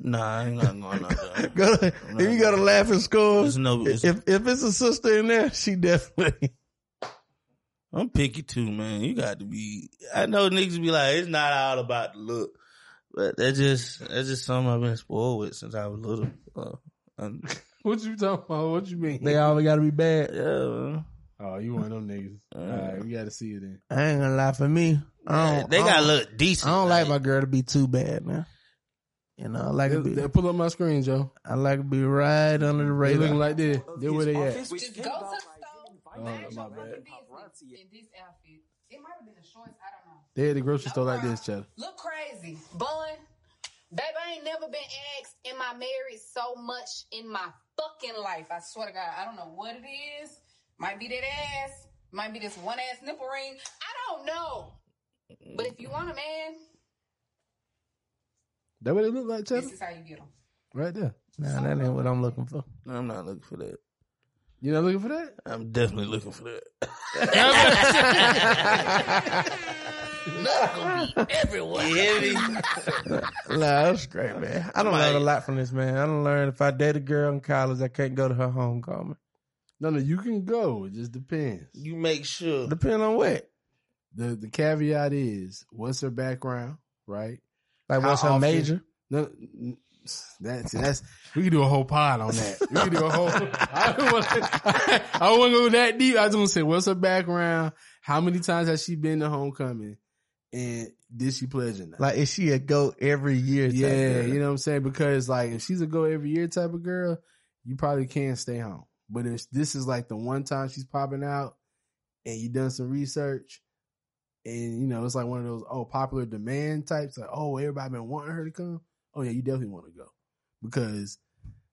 Nah, I'm not going out there. go to, if you go to laughing school, There's no. It's, if if it's a sister in there, she definitely. I'm picky too, man. You got to be. I know niggas be like, it's not all about the look, but that's just that's just something I've been spoiled with since I was little. Uh, I'm- what you talking about? What you mean? They always got to be bad. yeah, man. oh, you one of them niggas. Uh. All right, we got to see it then. I ain't gonna lie for me. I don't, they I got to don't- look decent. I don't like my girl to be too bad, man. You know, I like to They, be. they pull up my screen, Joe. I like to be right under the They looking radar. like this. They where they at? Just go to Oh, my bad. in this outfit. It might have been the shorts. I don't know. They at the grocery store like this, Chad. Look crazy, bun. Babe, I ain't never been asked in my marriage so much in my fucking life. I swear to God, I don't know what it is. Might be that ass. Might be this one ass nipple ring. I don't know. But if you want a man, That what they look like, Chad? this is how you get him. Right there. Nah, that ain't what I'm looking for. I'm not looking for that. You not looking for that? I'm definitely looking for that. Nah, that's great, man. I don't learn a lot from this man. I don't learn if I date a girl in college, I can't go to her homecoming. No, no, you can go. It just depends. You make sure. Depending on what, The the caveat is what's her background, right? like How what's her often- major? No, n- that's that's we could do a whole pod on that. We could do a whole. I don't want to. I want to go that deep. I just want to say, what's her background? How many times has she been to homecoming? And did she pledge or not? Like is she a go every year? type yeah, girl? you know what I'm saying. Because like, if she's a go every year type of girl, you probably can stay home. But if this is like the one time she's popping out, and you done some research, and you know it's like one of those oh popular demand types, like oh everybody been wanting her to come. Oh yeah, you definitely want to go because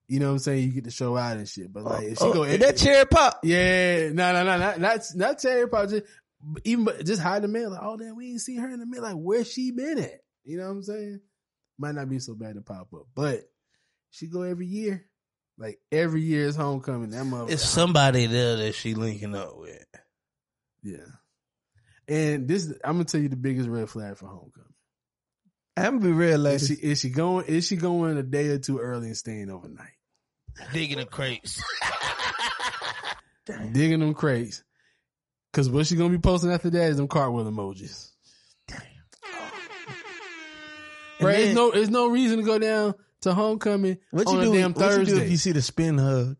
you know what I'm saying. You get to show out and shit. But like if she Oh, go, e- and that cherry pop. yeah, no, no, no, not not not Terry Potter. Just, even but just high demand, like oh damn, we ain't see her in the mid. Like where she been at? You know what I'm saying? might not be so bad to pop up, but she go every year. Like every year is homecoming. That motherfucker. It's somebody there that she linking up with. yeah. And this, I'm gonna tell you the biggest red flag for homecoming. I'm gonna be real, like Is she is she going? Is she going a day or two early and staying overnight? Digging the crates. digging them crates. Cause what she gonna be posting after that is them cartwheel emojis. Damn. There's no, there's no reason to go down to homecoming what you on do? a damn what you Thursday. do if you see the spin hug?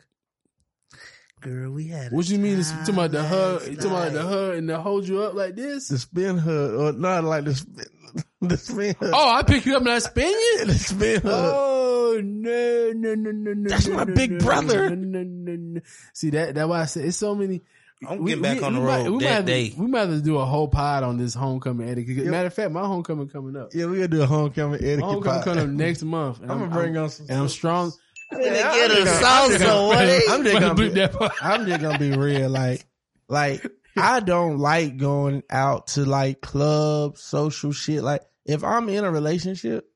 Girl, we had What you mean? It's, talking about the hug, you talking about the hug, and they hold you up like this. The spin hug, or not like the spin, the spin hug. Oh, I pick you up and I spin you. the spin hug. Oh no no no no no! That's no, my no, big no, brother. No, no, no, no. See that? That's why I said it's so many. I'm getting back on the might- road we might that have to- day. we might have to do a whole pod on this homecoming etiquette. Matter of fact, my homecoming coming up. Yeah, we gonna do a homecoming etiquette. My homecoming pod. coming up next month. And I'm gonna bring on some. and I'm strong. get a salsa, I'm just gonna Bleep be, that part. I'm just gonna be real, like, like I don't like going out to like clubs, social shit. Like, if I'm in a relationship,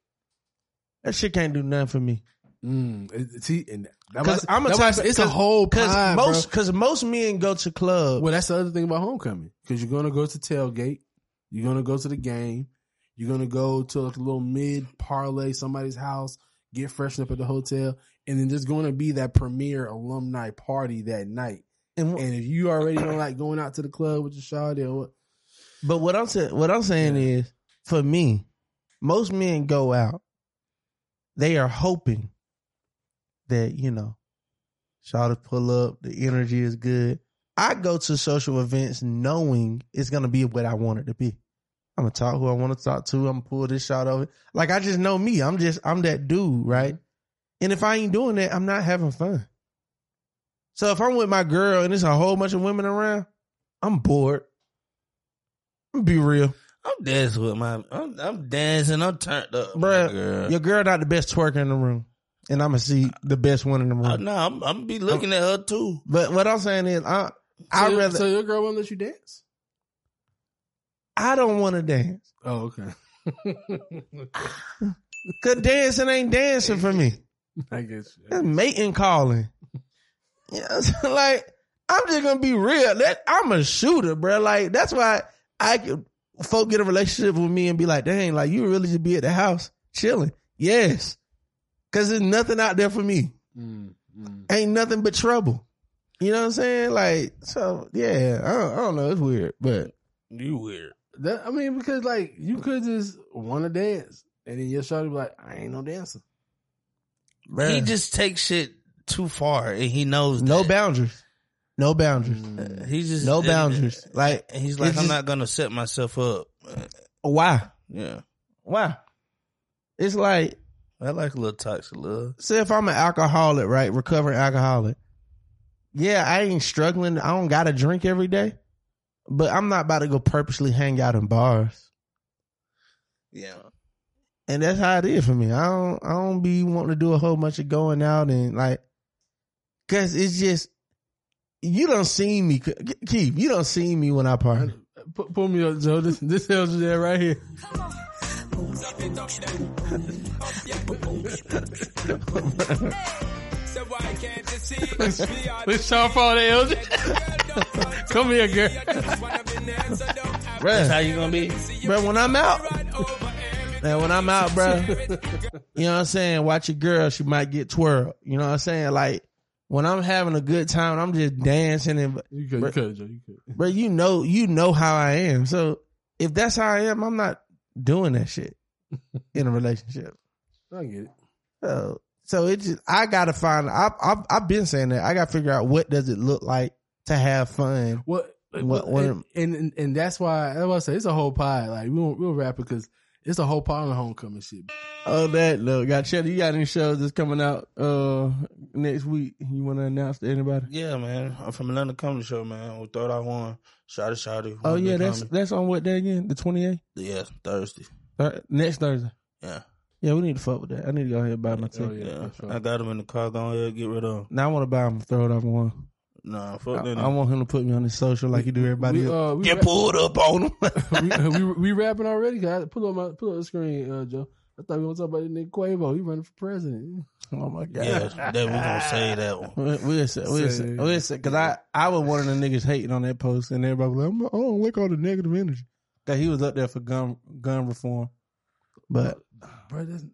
that shit can't do nothing for me. Mm, it- it- see, and that Cause was- I'm a that was- type. It's a whole Cause pod, most, cause most men go to bro. clubs. Well, that's the other thing about homecoming because you're gonna go to tailgate, you're gonna go to the game, you're gonna go to like a little mid parlay somebody's house, get freshened up at the hotel, and then there's gonna be that premier alumni party that night. And- And if you already don't like going out to the club with your shawty or what, But what I'm saying, what I'm saying is, for me, most men go out. They are hoping that you know, to pull up. The energy is good. I go to social events knowing it's gonna be what I want it to be. I'm gonna talk who I want to talk to. I'm gonna pull this shot over. Like I just know me. I'm just I'm that dude, right? And if I ain't doing that, I'm not having fun. So if I'm with my girl and there's a whole bunch of women around, I'm bored. I'm be real. I'm dancing with my. I'm, I'm dancing. I'm turned up, Bruh, Girl. Your girl not the best twerker in the room, and I'm gonna see the best one in the room. Oh, no, I'm, I'm be looking at her too. But what I'm saying is, I so, I your- rather so your girl won't let you dance. I don't want to dance Oh, okay. because dancing ain't dancing for me. I guess. That's mating calling. Yeah, so, like I'm just gonna be real. That I'm a shooter, bro. Like that's why I could folk get a relationship with me and be like, dang, like you really just be at the house chilling. Yes, because there's nothing out there for me. Mm, Mm-hmm. mm. ain't nothing but trouble. You know what I'm saying? Like, so yeah, I don't, I don't know. It's weird, but You weird. That, I mean, because like you could just want to dance, and then your shawty be like, "I ain't no dancer." He just takes shit too far, and he knows no that. boundaries, no boundaries, He just no and- boundaries. Like, and he's like, it's I'm just- not gonna set myself up. Uh, why? Yeah, Why? It's like, I like a little toxic love. say if I'm an alcoholic, right, recovering alcoholic. Yeah, I ain't struggling. I don't got to drink every day, but I'm not about to go purposely hang out in bars. Yeah, and that's how it is for me. I don't I don't be wanting to do a whole bunch of going out and like, cause it's just you don't see me, Keith. You don't see me when I party. Put, pull me up, Joe. This this tells you that right here. Let's chop all the LJ. Come here, girl. that's Bruh, how you gonna be. bruh, when I'm out, man, when I'm out, bruh, you know what I'm saying. Watch your girl; she might get twirled. You know what I'm saying. Like when I'm having a good time, I'm just dancing and, You could, you could, Joe. You could. bruh, you know, you know how I am. So if that's how I am, I'm not doing that shit in a relationship. I get it. So, so it just I gotta find. I, I've I've been saying that I gotta figure out what does it look like to have fun. What? What- what and, and, and that's why that's why I say it's a whole pod. Like we won't, we'll wrap it because it's a whole pod on homecoming shit. Oh, that look, got Cheddar. You got any shows that's coming out uh next week? You want to announce to anybody? Yeah, man. I'm from Atlanta Comedy Show, man. We thought I won. Shotty, shotty. Oh yeah, that's that's on what day again? The twenty eighth, yeah Thursday. next Thursday. Yeah, Yeah, we need to fuck with that. I need to go ahead and buy my ticket. Oh yeah, yeah. for sure. I got him in the car. Go ahead, get rid of him. Now I want to buy him, throw it off in one. Nah, I, fuck that. I nigga. want him to put me on his social like he do everybody we, else. uh, we, Get pulled up on him. wrap- we, we we rapping already. Guys, pull up my pull up the screen, uh, Joe. I thought we were talking about the nigga Quavo. He running for president. Oh my god. Yeah, that we gonna say that one. We'll we'll say, we'll say, we'll say, cause I, I was one of the niggas hating on that post, and everybody was like, "I'm- I don't like all the negative energy. Cause he was up there for gun gun reform, but Bro, that's,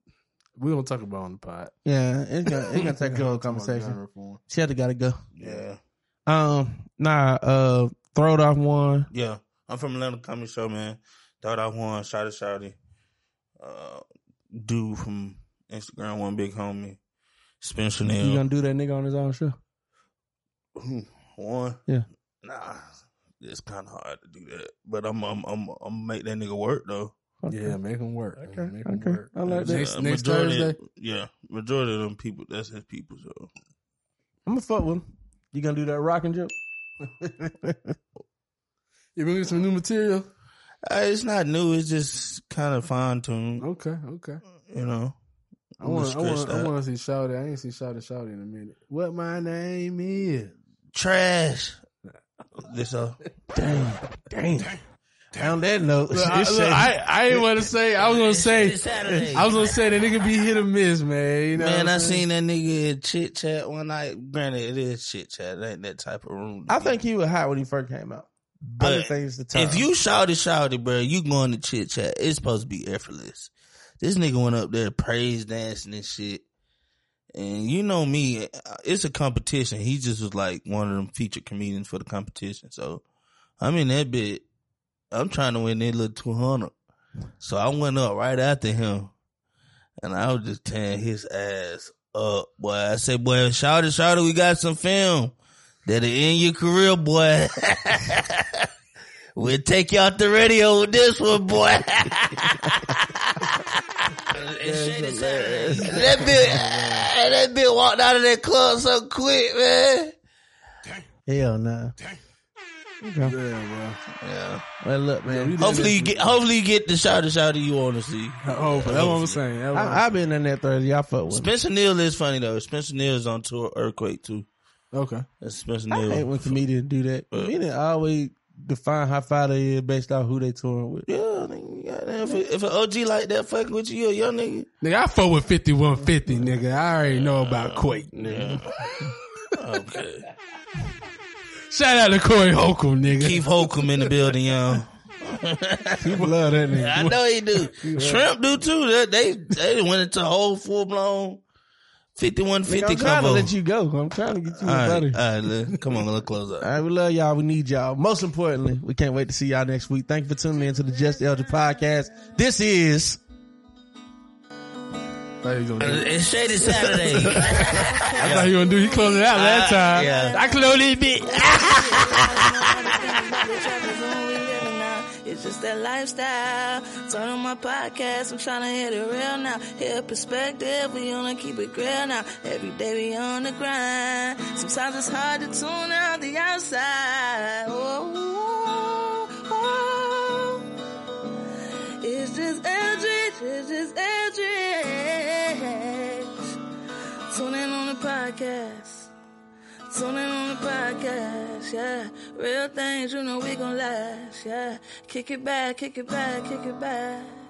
we gonna talk about it on the pod. yeah, it's gonna, it's gonna take a whole conversation. She had to gotta go. Yeah, Um, nah, uh, throw it off one. yeah. I'm from Atlanta Comedy Show, man. Thought I won. Shouty Shouty. Uh, dude from Instagram, one big homie. Spencer You Neal. gonna do that nigga on his own show? One. Yeah. Nah, it's kind of hard to do that, but I'm I'm I'm I'm make that nigga work though. Yeah, make him work. Okay, Make him okay. work. I like that. Next- Uh, next majority- Thursday? Yeah, majority of them people, that's his people. So I'm gonna fuck with him. You gonna do that rocking joke? You bringing some new material? Uh, it's not new. It's just kind of fine tuned. Okay, okay. You know. I I'm want, I gonna want, scratch I that. want to see Shouty. I ain't seen Shouty Shouty in a minute. What my name is? trash. This uh, Damn. On that note, Look, I, look, I, I ain't want to say. I was gonna say. Saturday. I was gonna say that it could be hit or miss, man. You know, man, what I I'm saying? seen that nigga in chit chat one night. Granted, it is chit chat. It ain't that type of room. I think he was hot when he first came out. I but just think it's the time. if you shout it, shout it, bro, you going to chit chat. It's supposed to be effortless. This nigga went up there praise dancing and shit. And you know me, uh, it's a competition. He just was like one of them featured comedians for the competition. So I'm in that bit. I'm trying to win that little 200. So I went up right after him and I was just tearing his ass up, boy. I said, boy, shout it, shout it. We got some film that'll end your career, boy. we'll take you out the radio with this one, boy. that bit, ah, that bit walked out of that club so quick, man. Hell nah. Yeah. Well, look, man. Hopefully you get, hopefully you get the shout it, shout it you want to see. Oh, but that's what I'm saying. That's what I'm- I, I've been in that thirty. I fuck with. him. Spencer Neal is funny though. Spencer Neal is on tour Earthquake too. Okay. That's Spencer I hate Neal. when comedians do that. Comedians always define how far they is based off who they touring with. Yeah, nigga, goddamn, if, a- if an OG like that fucking with you, you a young nigga. Nigga, I fuck with 5150, nigga. I already know about Quake, nigga. Okay. Shout out to Corey Holcomb, nigga. Keith Holcomb in the building, y'all. People love that nigga. I know he do. Shrimp do too. That they they went into a whole full blown fifty one Nigga, fifty I'm trying to combo. let you go. I'm trying to get you all up out right, of uh, all here. right, look, come on, let's close All up. right, we love y'all. We need y'all. Most importantly, we can't wait to see y'all next week. Thank you for tuning in to the Just Elder podcast. This is. thought he was gonna do- It's Shady Saturday. I thought he was gonna do. He closed it out last time. Uh, yeah. I closed it, bitch. It's just that lifestyle. Turn on my podcast. I'm trying to hit it real now. Hear perspective. We wanna keep it real now. Every day we on the grind. Sometimes it's hard to tune out the outside. Oh, oh. It's just LG. It's just LG. Tune in on the podcast. Tune in on the podcast, yeah. Real things, you know we gon' last, yeah. Kick it back, kick it back, kick it back.